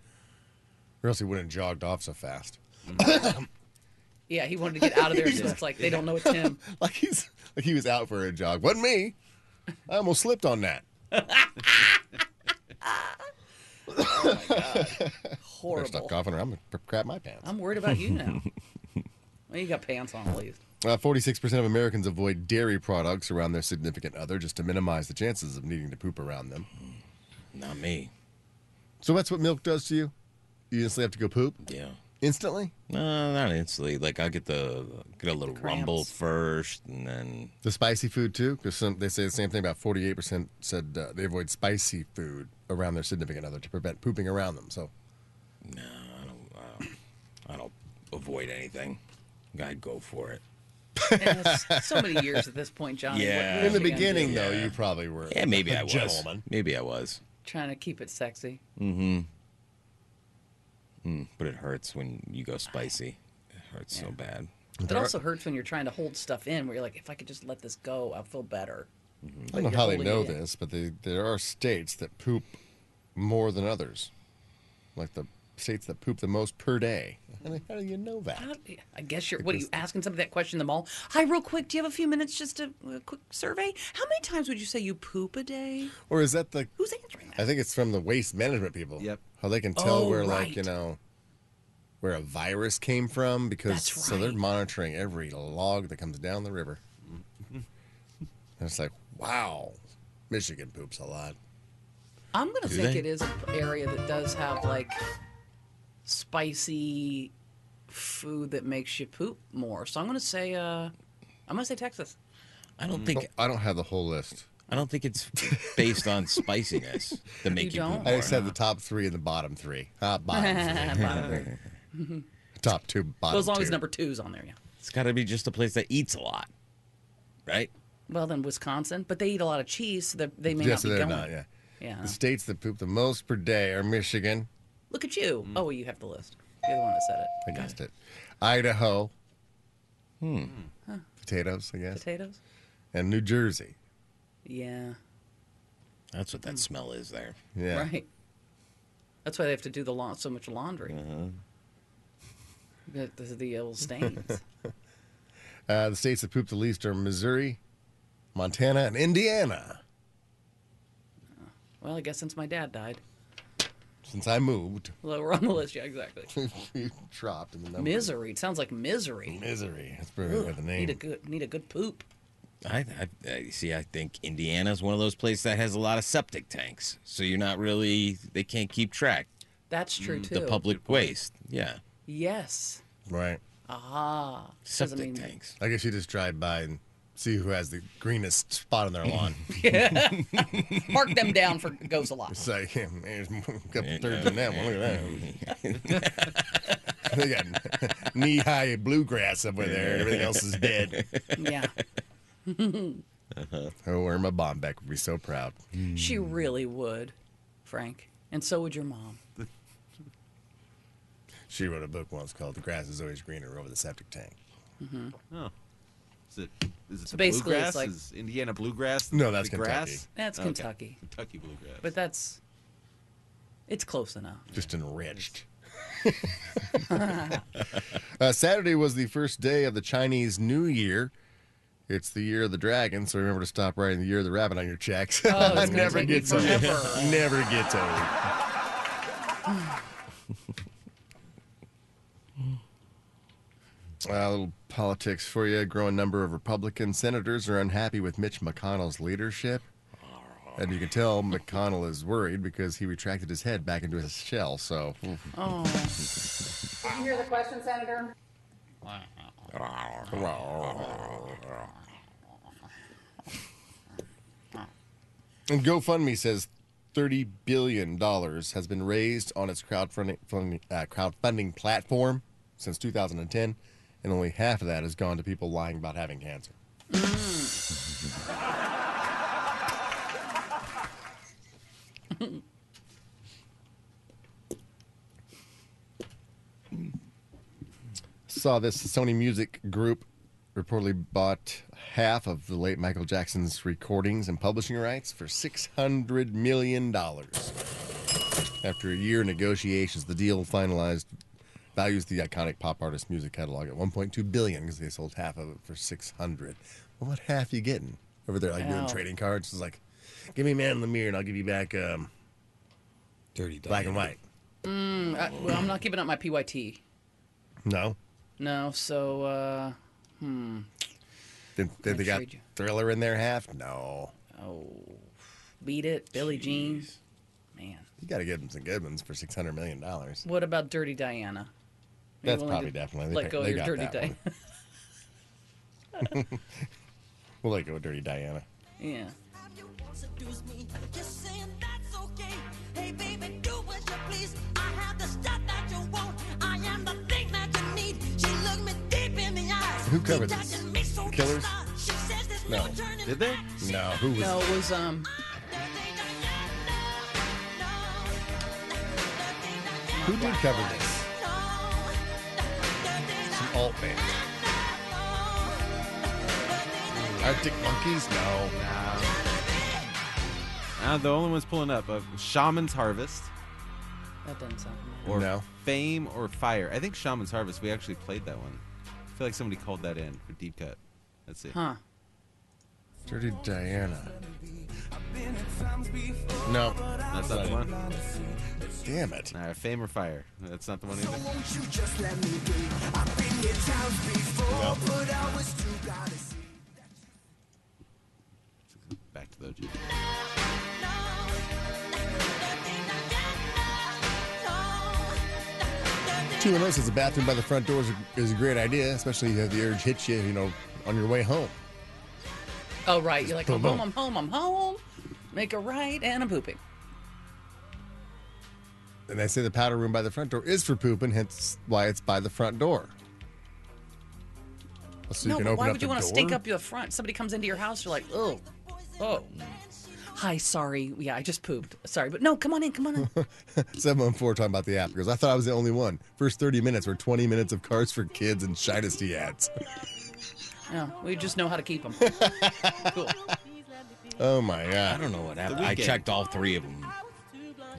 [SPEAKER 8] or else he wouldn't have jogged off so fast. *laughs*
[SPEAKER 9] Yeah, he wanted to get out of there. so it's like they don't know it's
[SPEAKER 8] *laughs*
[SPEAKER 9] him.
[SPEAKER 8] like he's like he was out for a jog. Wasn't me. I almost slipped on that. Better
[SPEAKER 9] Horrible.
[SPEAKER 8] stop coughing, or I'm gonna crap my pants.
[SPEAKER 9] I'm worried about
[SPEAKER 8] *laughs*
[SPEAKER 9] you now. well, you got pants on at least.
[SPEAKER 8] Uh, 46% of Americans avoid dairy products around their significant other just to minimize the chances of needing to poop around them.
[SPEAKER 10] Not me.
[SPEAKER 8] So that's what milk does to you? You instantly have to go poop?
[SPEAKER 10] Yeah.
[SPEAKER 8] Instantly?
[SPEAKER 10] No, not instantly. Like I get the get a little rumble
[SPEAKER 8] cramps.
[SPEAKER 10] first, and then
[SPEAKER 8] The spicy food, too? Because they say the same thing about 48% said uh, they avoid spicy food around their significant other to prevent pooping around them. So
[SPEAKER 10] uh, I don't avoid anything. I go for it.
[SPEAKER 9] And it's so many years at this point, Johnny. what
[SPEAKER 10] yeah.
[SPEAKER 9] are you gonna do?
[SPEAKER 10] Yeah.
[SPEAKER 8] probably were.
[SPEAKER 9] *laughs*
[SPEAKER 10] Yeah, maybe I
[SPEAKER 8] a
[SPEAKER 10] was.
[SPEAKER 8] gentleman.
[SPEAKER 10] Maybe I was.
[SPEAKER 9] trying to keep it sexy.
[SPEAKER 10] Mm-hmm. Mm, but it hurts when you go spicy. It hurts so bad.
[SPEAKER 9] It also hurts when you're trying to hold stuff in, where you're like, if I could just let this go, I'll feel better.
[SPEAKER 8] I
[SPEAKER 9] But
[SPEAKER 8] don't
[SPEAKER 9] you're
[SPEAKER 8] know how they
[SPEAKER 9] holding
[SPEAKER 8] know
[SPEAKER 9] it in.
[SPEAKER 8] this, but they, there are states that poop more than others. Like the states that poop the most per day. I mean, how do you know that?
[SPEAKER 9] How- I guess you're. What are you asking somebody that question in the mall? Hi, real quick. Do you have a few minutes just to a quick survey? How many times would you say you poop a day?
[SPEAKER 8] Or is that the
[SPEAKER 9] Who's answering
[SPEAKER 8] I think it's from the waste management people. Yep. How they can tell
[SPEAKER 9] Oh,
[SPEAKER 8] where
[SPEAKER 9] right.
[SPEAKER 8] like, you know, where a virus came from because
[SPEAKER 9] That's
[SPEAKER 8] so they're monitoring every log that comes down the *laughs* river. and it's like, wow, Michigan poops a lot.
[SPEAKER 9] I'm gonna
[SPEAKER 8] Do
[SPEAKER 9] think
[SPEAKER 8] they?
[SPEAKER 9] it is an area that does have like spicy food that makes you poop more. So I'm gonna say, uh, I'm gonna say Texas.
[SPEAKER 10] I
[SPEAKER 9] Mm.
[SPEAKER 10] don't think
[SPEAKER 9] Oh.
[SPEAKER 8] I don't have the whole list.
[SPEAKER 10] I don't think it's based on spiciness to make you, poop
[SPEAKER 8] I
[SPEAKER 10] more.
[SPEAKER 8] just have the top three and the bottom three. Ah,
[SPEAKER 9] *laughs*
[SPEAKER 8] bottom three.
[SPEAKER 10] Bottom
[SPEAKER 9] Mhm.
[SPEAKER 8] top two, bottom
[SPEAKER 9] *laughs* Well, as long
[SPEAKER 8] two.
[SPEAKER 9] as number two's on there, yeah.
[SPEAKER 10] It's got to be just a place that eats a lot, right?
[SPEAKER 9] Well, then Wisconsin, but they eat a lot of cheese, so they- they may
[SPEAKER 8] yes,
[SPEAKER 9] not be
[SPEAKER 8] they're
[SPEAKER 9] going.
[SPEAKER 8] not, yeah.
[SPEAKER 9] Yeah.
[SPEAKER 8] The states that poop the most per day are Michigan.
[SPEAKER 9] Look at you.
[SPEAKER 8] Mm.
[SPEAKER 9] Oh, well, you have the list. You're the one that said it.
[SPEAKER 8] I guessed it. Idaho. Hmm. Potatoes, I guess.
[SPEAKER 9] Potatoes?
[SPEAKER 8] And New Jersey.
[SPEAKER 9] Yeah.
[SPEAKER 10] That's what that
[SPEAKER 9] Mm.
[SPEAKER 10] smell is there.
[SPEAKER 8] Yeah.
[SPEAKER 9] Right. That's why they have to do the lawn so much laundry.
[SPEAKER 8] Mm-hmm.
[SPEAKER 9] The, the, the
[SPEAKER 8] *laughs*
[SPEAKER 9] old stains.
[SPEAKER 8] Uh, the states that poop the least are Missouri, Montana, and Indiana.
[SPEAKER 9] well, I guess since my dad died,
[SPEAKER 8] Since I moved,
[SPEAKER 9] lower on the list. Yeah, exactly.
[SPEAKER 8] we dropped in the *laughs* number.
[SPEAKER 9] Misery. It sounds like misery.
[SPEAKER 8] Misery. That's probably where the
[SPEAKER 9] Need a
[SPEAKER 8] name.
[SPEAKER 9] good. Need a good poop.
[SPEAKER 10] I, I, I see. I think Indiana's one of those places that has a lot of septic tanks, so you're not really. They can't keep track.
[SPEAKER 9] That's true
[SPEAKER 8] Mm,
[SPEAKER 9] too.
[SPEAKER 10] The public waste. Yeah.
[SPEAKER 8] *laughs*
[SPEAKER 9] Yes.
[SPEAKER 8] Right.
[SPEAKER 9] Aha. Doesn't
[SPEAKER 10] Septic
[SPEAKER 9] mean-
[SPEAKER 10] tanks.
[SPEAKER 8] I guess you just drive by and see who has the greenest spot on their
[SPEAKER 9] *laughs*
[SPEAKER 8] lawn.
[SPEAKER 9] Mark them down for goes a
[SPEAKER 8] *laughs*
[SPEAKER 9] lot.
[SPEAKER 8] It's like, yeah, there's more- a couple thirds in that one. Look at *laughs* that. they got *laughs* knee high bluegrass up over there. Everything else is dead.
[SPEAKER 9] Yeah.
[SPEAKER 8] Oh, Irma Bombeck would be so proud.
[SPEAKER 9] She
[SPEAKER 8] Mm.
[SPEAKER 9] really would, Frank. And so would your mom.
[SPEAKER 8] She wrote a book once called "The Grass Is Always Greener Over the Septic Tank."
[SPEAKER 9] hmm
[SPEAKER 11] Oh. Is it, is it
[SPEAKER 9] So
[SPEAKER 11] the
[SPEAKER 9] basically it's
[SPEAKER 11] bluegrass?
[SPEAKER 9] like-
[SPEAKER 11] is Indiana bluegrass?
[SPEAKER 8] No, that's
[SPEAKER 11] the grass?
[SPEAKER 8] Kentucky.
[SPEAKER 9] That's
[SPEAKER 11] Okay.
[SPEAKER 9] Kentucky.
[SPEAKER 11] Kentucky bluegrass.
[SPEAKER 9] But that's. It's close enough. *laughs*
[SPEAKER 8] Just enriched. *laughs* Uh, Saturday was the first day of the Chinese New Year. It's the year of the dragon, so remember to stop writing the year of the rabbit on your checks.
[SPEAKER 9] Oh, it's gonna
[SPEAKER 8] *laughs* never
[SPEAKER 9] take me
[SPEAKER 8] gets old.
[SPEAKER 9] forever.
[SPEAKER 8] *laughs* Never gets old.
[SPEAKER 9] *sighs*
[SPEAKER 8] Uh, A little politics for you. A growing number of Republican senators are unhappy with Mitch McConnell's leadership. And you can tell McConnell is worried because he retracted his head back into his shell. So,
[SPEAKER 9] Oh.
[SPEAKER 13] Did you hear the question, Senator?
[SPEAKER 8] and GoFundMe says thirty billion dollars has been raised on its crowdfunding, funding, uh, crowdfunding platform since 2010, and only half of that has gone to people lying about having cancer. saw this Sony Music Group reportedly bought half of the late Michael Jackson's recordings and publishing rights for $600 million. After a year of negotiations, the deal finalized values the iconic pop artist music catalog at 1.2 billion because they sold half of it for 600. Well, what half you getting over there? Like
[SPEAKER 14] I
[SPEAKER 8] doing
[SPEAKER 14] know.
[SPEAKER 8] trading cards? It's like, give me Man in the Mirror and I'll give you back um,
[SPEAKER 10] Dirty
[SPEAKER 8] Black and White.
[SPEAKER 9] Mm, I, well, I'm not giving up my PYT.
[SPEAKER 8] No,
[SPEAKER 9] No, so uh, hmm.
[SPEAKER 8] did, did they got
[SPEAKER 9] trade you.
[SPEAKER 8] Thriller in their half? No.
[SPEAKER 9] Oh, beat it, Billy Jean. Man,
[SPEAKER 8] you got to give them some good ones for six hundred million dollars.
[SPEAKER 9] what about Dirty Diana? Are you
[SPEAKER 8] That's
[SPEAKER 9] willing
[SPEAKER 8] probably
[SPEAKER 9] to
[SPEAKER 8] definitely- they
[SPEAKER 9] let
[SPEAKER 8] pick-
[SPEAKER 9] go of
[SPEAKER 8] they
[SPEAKER 9] your
[SPEAKER 8] got
[SPEAKER 9] Dirty
[SPEAKER 8] that
[SPEAKER 9] Diana.
[SPEAKER 8] We'll let go with Dirty Diana.
[SPEAKER 9] *laughs* yeah.
[SPEAKER 15] Seduce me, just saying that's okay. Hey, baby, do what you please. I have the stuff that you want. I am the thing that you need. She looked me deep in the eyes.
[SPEAKER 8] Who covered
[SPEAKER 15] She
[SPEAKER 8] this?
[SPEAKER 15] touching me so
[SPEAKER 8] Killers?
[SPEAKER 15] She says there's
[SPEAKER 8] No.
[SPEAKER 15] no turning
[SPEAKER 8] Did they? No. Who was?
[SPEAKER 9] No, it was um.
[SPEAKER 8] Who did cover this? Some alt band. Arctic Monkeys? No.
[SPEAKER 11] Uh, the only ones pulling up uh, Shaman's Harvest
[SPEAKER 9] That doesn't sound familiar.
[SPEAKER 11] or Fame or Fire. I think Shaman's Harvest. We actually played that one. I feel like somebody called that in for deep cut. Let's see.
[SPEAKER 9] Huh.
[SPEAKER 8] Dirty Diana. No.
[SPEAKER 11] That's not the one.
[SPEAKER 8] Damn it.
[SPEAKER 11] All right, Fame or Fire. That's not the one either. Back to the OG.
[SPEAKER 8] Tula Mo says a bathroom by the front door is a, is a great idea, especially if you have the urge hits you, you know, on your way home.
[SPEAKER 9] Oh right, you're like I'm
[SPEAKER 8] Boom,
[SPEAKER 9] home, I'm home, I'm home. Make a right, and I'm pooping.
[SPEAKER 8] And they say the powder room by the front door is for pooping, hence why it's by the front door. Well, So you
[SPEAKER 9] no,
[SPEAKER 8] can
[SPEAKER 9] but
[SPEAKER 8] open
[SPEAKER 9] why
[SPEAKER 8] up
[SPEAKER 9] would
[SPEAKER 8] the
[SPEAKER 9] you want to stink
[SPEAKER 8] door?
[SPEAKER 9] up your front? Somebody comes into your house, you're like, oh, oh. Hi, sorry. Yeah, I just pooped. Sorry, but no, come on in, come on in. *laughs*
[SPEAKER 8] 714 oh talking about the app because I thought I was the only one. First 30 minutes were 20 minutes of cars for kids and Shinesty ads.
[SPEAKER 9] No, we just know how to keep them. cool.
[SPEAKER 8] oh my god.
[SPEAKER 10] I don't know what happened. I checked all three of them.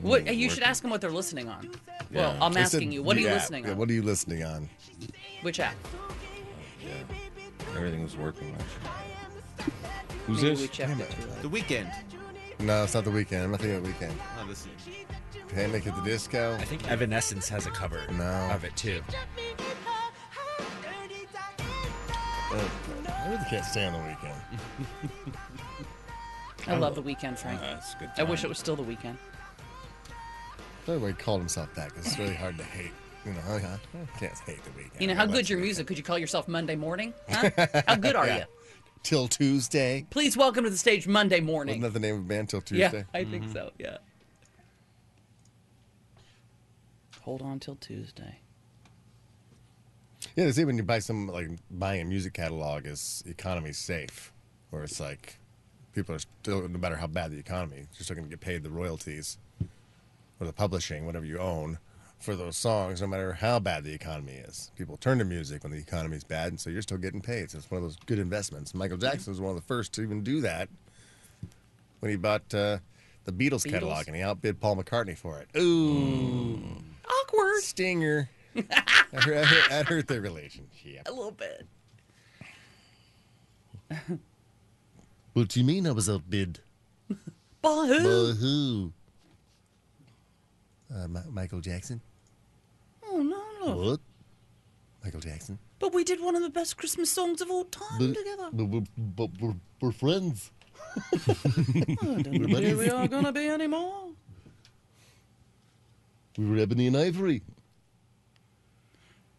[SPEAKER 9] What you should ask them what they're listening on. Well, I'm
[SPEAKER 8] They said
[SPEAKER 9] asking you, what are
[SPEAKER 8] the
[SPEAKER 9] you
[SPEAKER 8] app.
[SPEAKER 9] listening
[SPEAKER 8] Yeah,
[SPEAKER 9] on?
[SPEAKER 8] what are you listening on?
[SPEAKER 9] Which app?
[SPEAKER 10] Everything was working.
[SPEAKER 9] *laughs*
[SPEAKER 8] Who's
[SPEAKER 9] Maybe
[SPEAKER 8] this?
[SPEAKER 9] We checked it.
[SPEAKER 11] The weekend.
[SPEAKER 8] No, it's not the weekend. I'm not thinking of the weekend.
[SPEAKER 11] Oh, this is.
[SPEAKER 8] Panic at the Disco. I
[SPEAKER 16] think Evanescence has a cover
[SPEAKER 8] no.
[SPEAKER 16] of it too.
[SPEAKER 8] Oh, I really can't stand the weekend.
[SPEAKER 9] I love the weekend, Frank.
[SPEAKER 10] Ah,
[SPEAKER 8] Uh, it's a good
[SPEAKER 9] I wish it
[SPEAKER 8] time.
[SPEAKER 9] was still the weekend.
[SPEAKER 8] Everybody called himself that 'cause it's really hard to hate. You know, I I can't hate the weekend.
[SPEAKER 9] You know how good's your music? Could you call yourself Monday
[SPEAKER 8] *laughs*
[SPEAKER 9] morning? Huh? how good are you?
[SPEAKER 8] Till Tuesday.
[SPEAKER 9] Please welcome to the stage Monday morning.
[SPEAKER 8] Wasn't that the name of the band Till
[SPEAKER 9] Yeah,
[SPEAKER 8] Tuesday? Mm-hmm.
[SPEAKER 9] I think so. Yeah. Hold on till Tuesday.
[SPEAKER 8] Yeah, they say when you buy some like buying a music catalog is economy safe, where it's like people are still no matter how bad the economy, you're still going to get paid the royalties or the publishing, whatever you own for those songs, no matter how bad the economy is. People turn to music when the economy's bad, and so you're still getting paid. So it's one of those good investments. Michael Jackson was one of the first to even do that when he bought uh, the Beatles,
[SPEAKER 9] Beatles?
[SPEAKER 8] catalog and he outbid Paul McCartney for it. Ooh.
[SPEAKER 9] awkward.
[SPEAKER 8] Stinger. that, hurt, that hurt their relationship.
[SPEAKER 9] A little bit.
[SPEAKER 8] What do you mean I was outbid?
[SPEAKER 9] By who?
[SPEAKER 8] who? Uh, Mi- Michael Jackson.
[SPEAKER 9] Oh no, no.
[SPEAKER 8] What? Michael Jackson.
[SPEAKER 9] But we did one of the best Christmas songs of all time
[SPEAKER 8] But-
[SPEAKER 9] together.
[SPEAKER 8] but we're, but we're, we're
[SPEAKER 9] *laughs*
[SPEAKER 8] friends. we're
[SPEAKER 9] Here we
[SPEAKER 8] buddies.
[SPEAKER 9] are gonna be anymore.
[SPEAKER 8] We were ebony and ivory.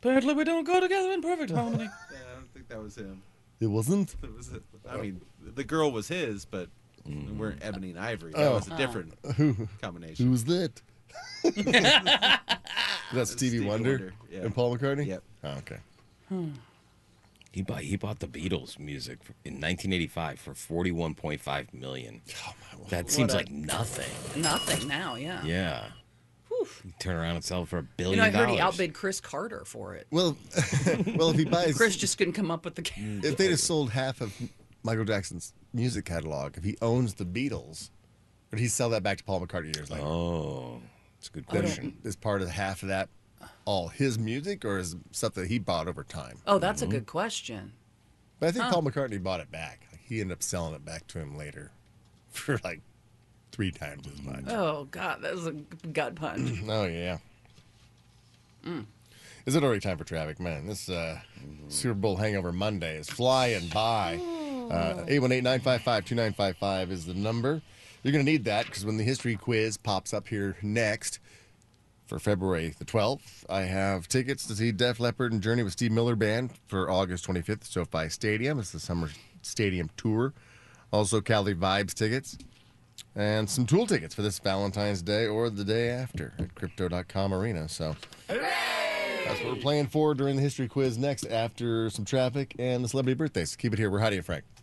[SPEAKER 9] Apparently, we don't go together in perfect harmony.
[SPEAKER 11] Yeah, I don't think that was him. *laughs*
[SPEAKER 8] It wasn't.
[SPEAKER 11] That was it. I mean, the girl was his, but we we're ebony and ivory. That
[SPEAKER 8] Oh.
[SPEAKER 11] was a different
[SPEAKER 8] Who-
[SPEAKER 11] combination.
[SPEAKER 8] Who's that? That's Stevie, Wonder,
[SPEAKER 11] yeah.
[SPEAKER 8] and Paul McCartney.
[SPEAKER 10] Yep.
[SPEAKER 8] Oh, okay.
[SPEAKER 10] Ah,
[SPEAKER 9] Hmm.
[SPEAKER 10] He bought he bought the Beatles music f- in 1985 for 41.5 million. that seems
[SPEAKER 9] Oh, What a-
[SPEAKER 10] like
[SPEAKER 9] *laughs*
[SPEAKER 10] nothing.
[SPEAKER 9] Nothing now, yeah.
[SPEAKER 10] Yeah. Turn around and sell it for a
[SPEAKER 9] You
[SPEAKER 10] billion
[SPEAKER 9] know, I heard
[SPEAKER 10] dollars.
[SPEAKER 9] he outbid Chris Carter for it.
[SPEAKER 8] Well, *laughs* well, if he buys,
[SPEAKER 9] Chris just couldn't come up with the.
[SPEAKER 8] if they'd have sold half of Michael Jackson's music catalog, if he owns the Beatles, would he sell that back to Paul McCartney years later?
[SPEAKER 10] Oh, it's a good
[SPEAKER 8] question. Is part of half of that all his music, or is stuff that he bought over time?
[SPEAKER 9] *laughs* Oh, that's a good question.
[SPEAKER 8] But I think
[SPEAKER 9] Huh.
[SPEAKER 8] Paul McCartney bought it back. Like, he ended up selling it back to him later *laughs* for like three times as much.
[SPEAKER 9] Oh God, that was a gut punch.
[SPEAKER 8] *clears throat* Oh yeah. Is it already time for traffic, man? This uh, Super Bowl hangover Monday is flying by. Uh, Eight one eight nine five five two nine five five is the number. You're gonna need that because when the history quiz pops up here next for February the 12th, I have tickets to see Def Leppard and Journey with Steve Miller Band for August 25th at SoFi Stadium. It's the summer stadium tour. Also, Cali Vibes tickets and some tool tickets for this Valentine's Day or the day after at crypto.com arena. So that's what we're playing for during the history quiz next after some traffic and the celebrity birthdays. Keep it here. We're Heidi and Frank.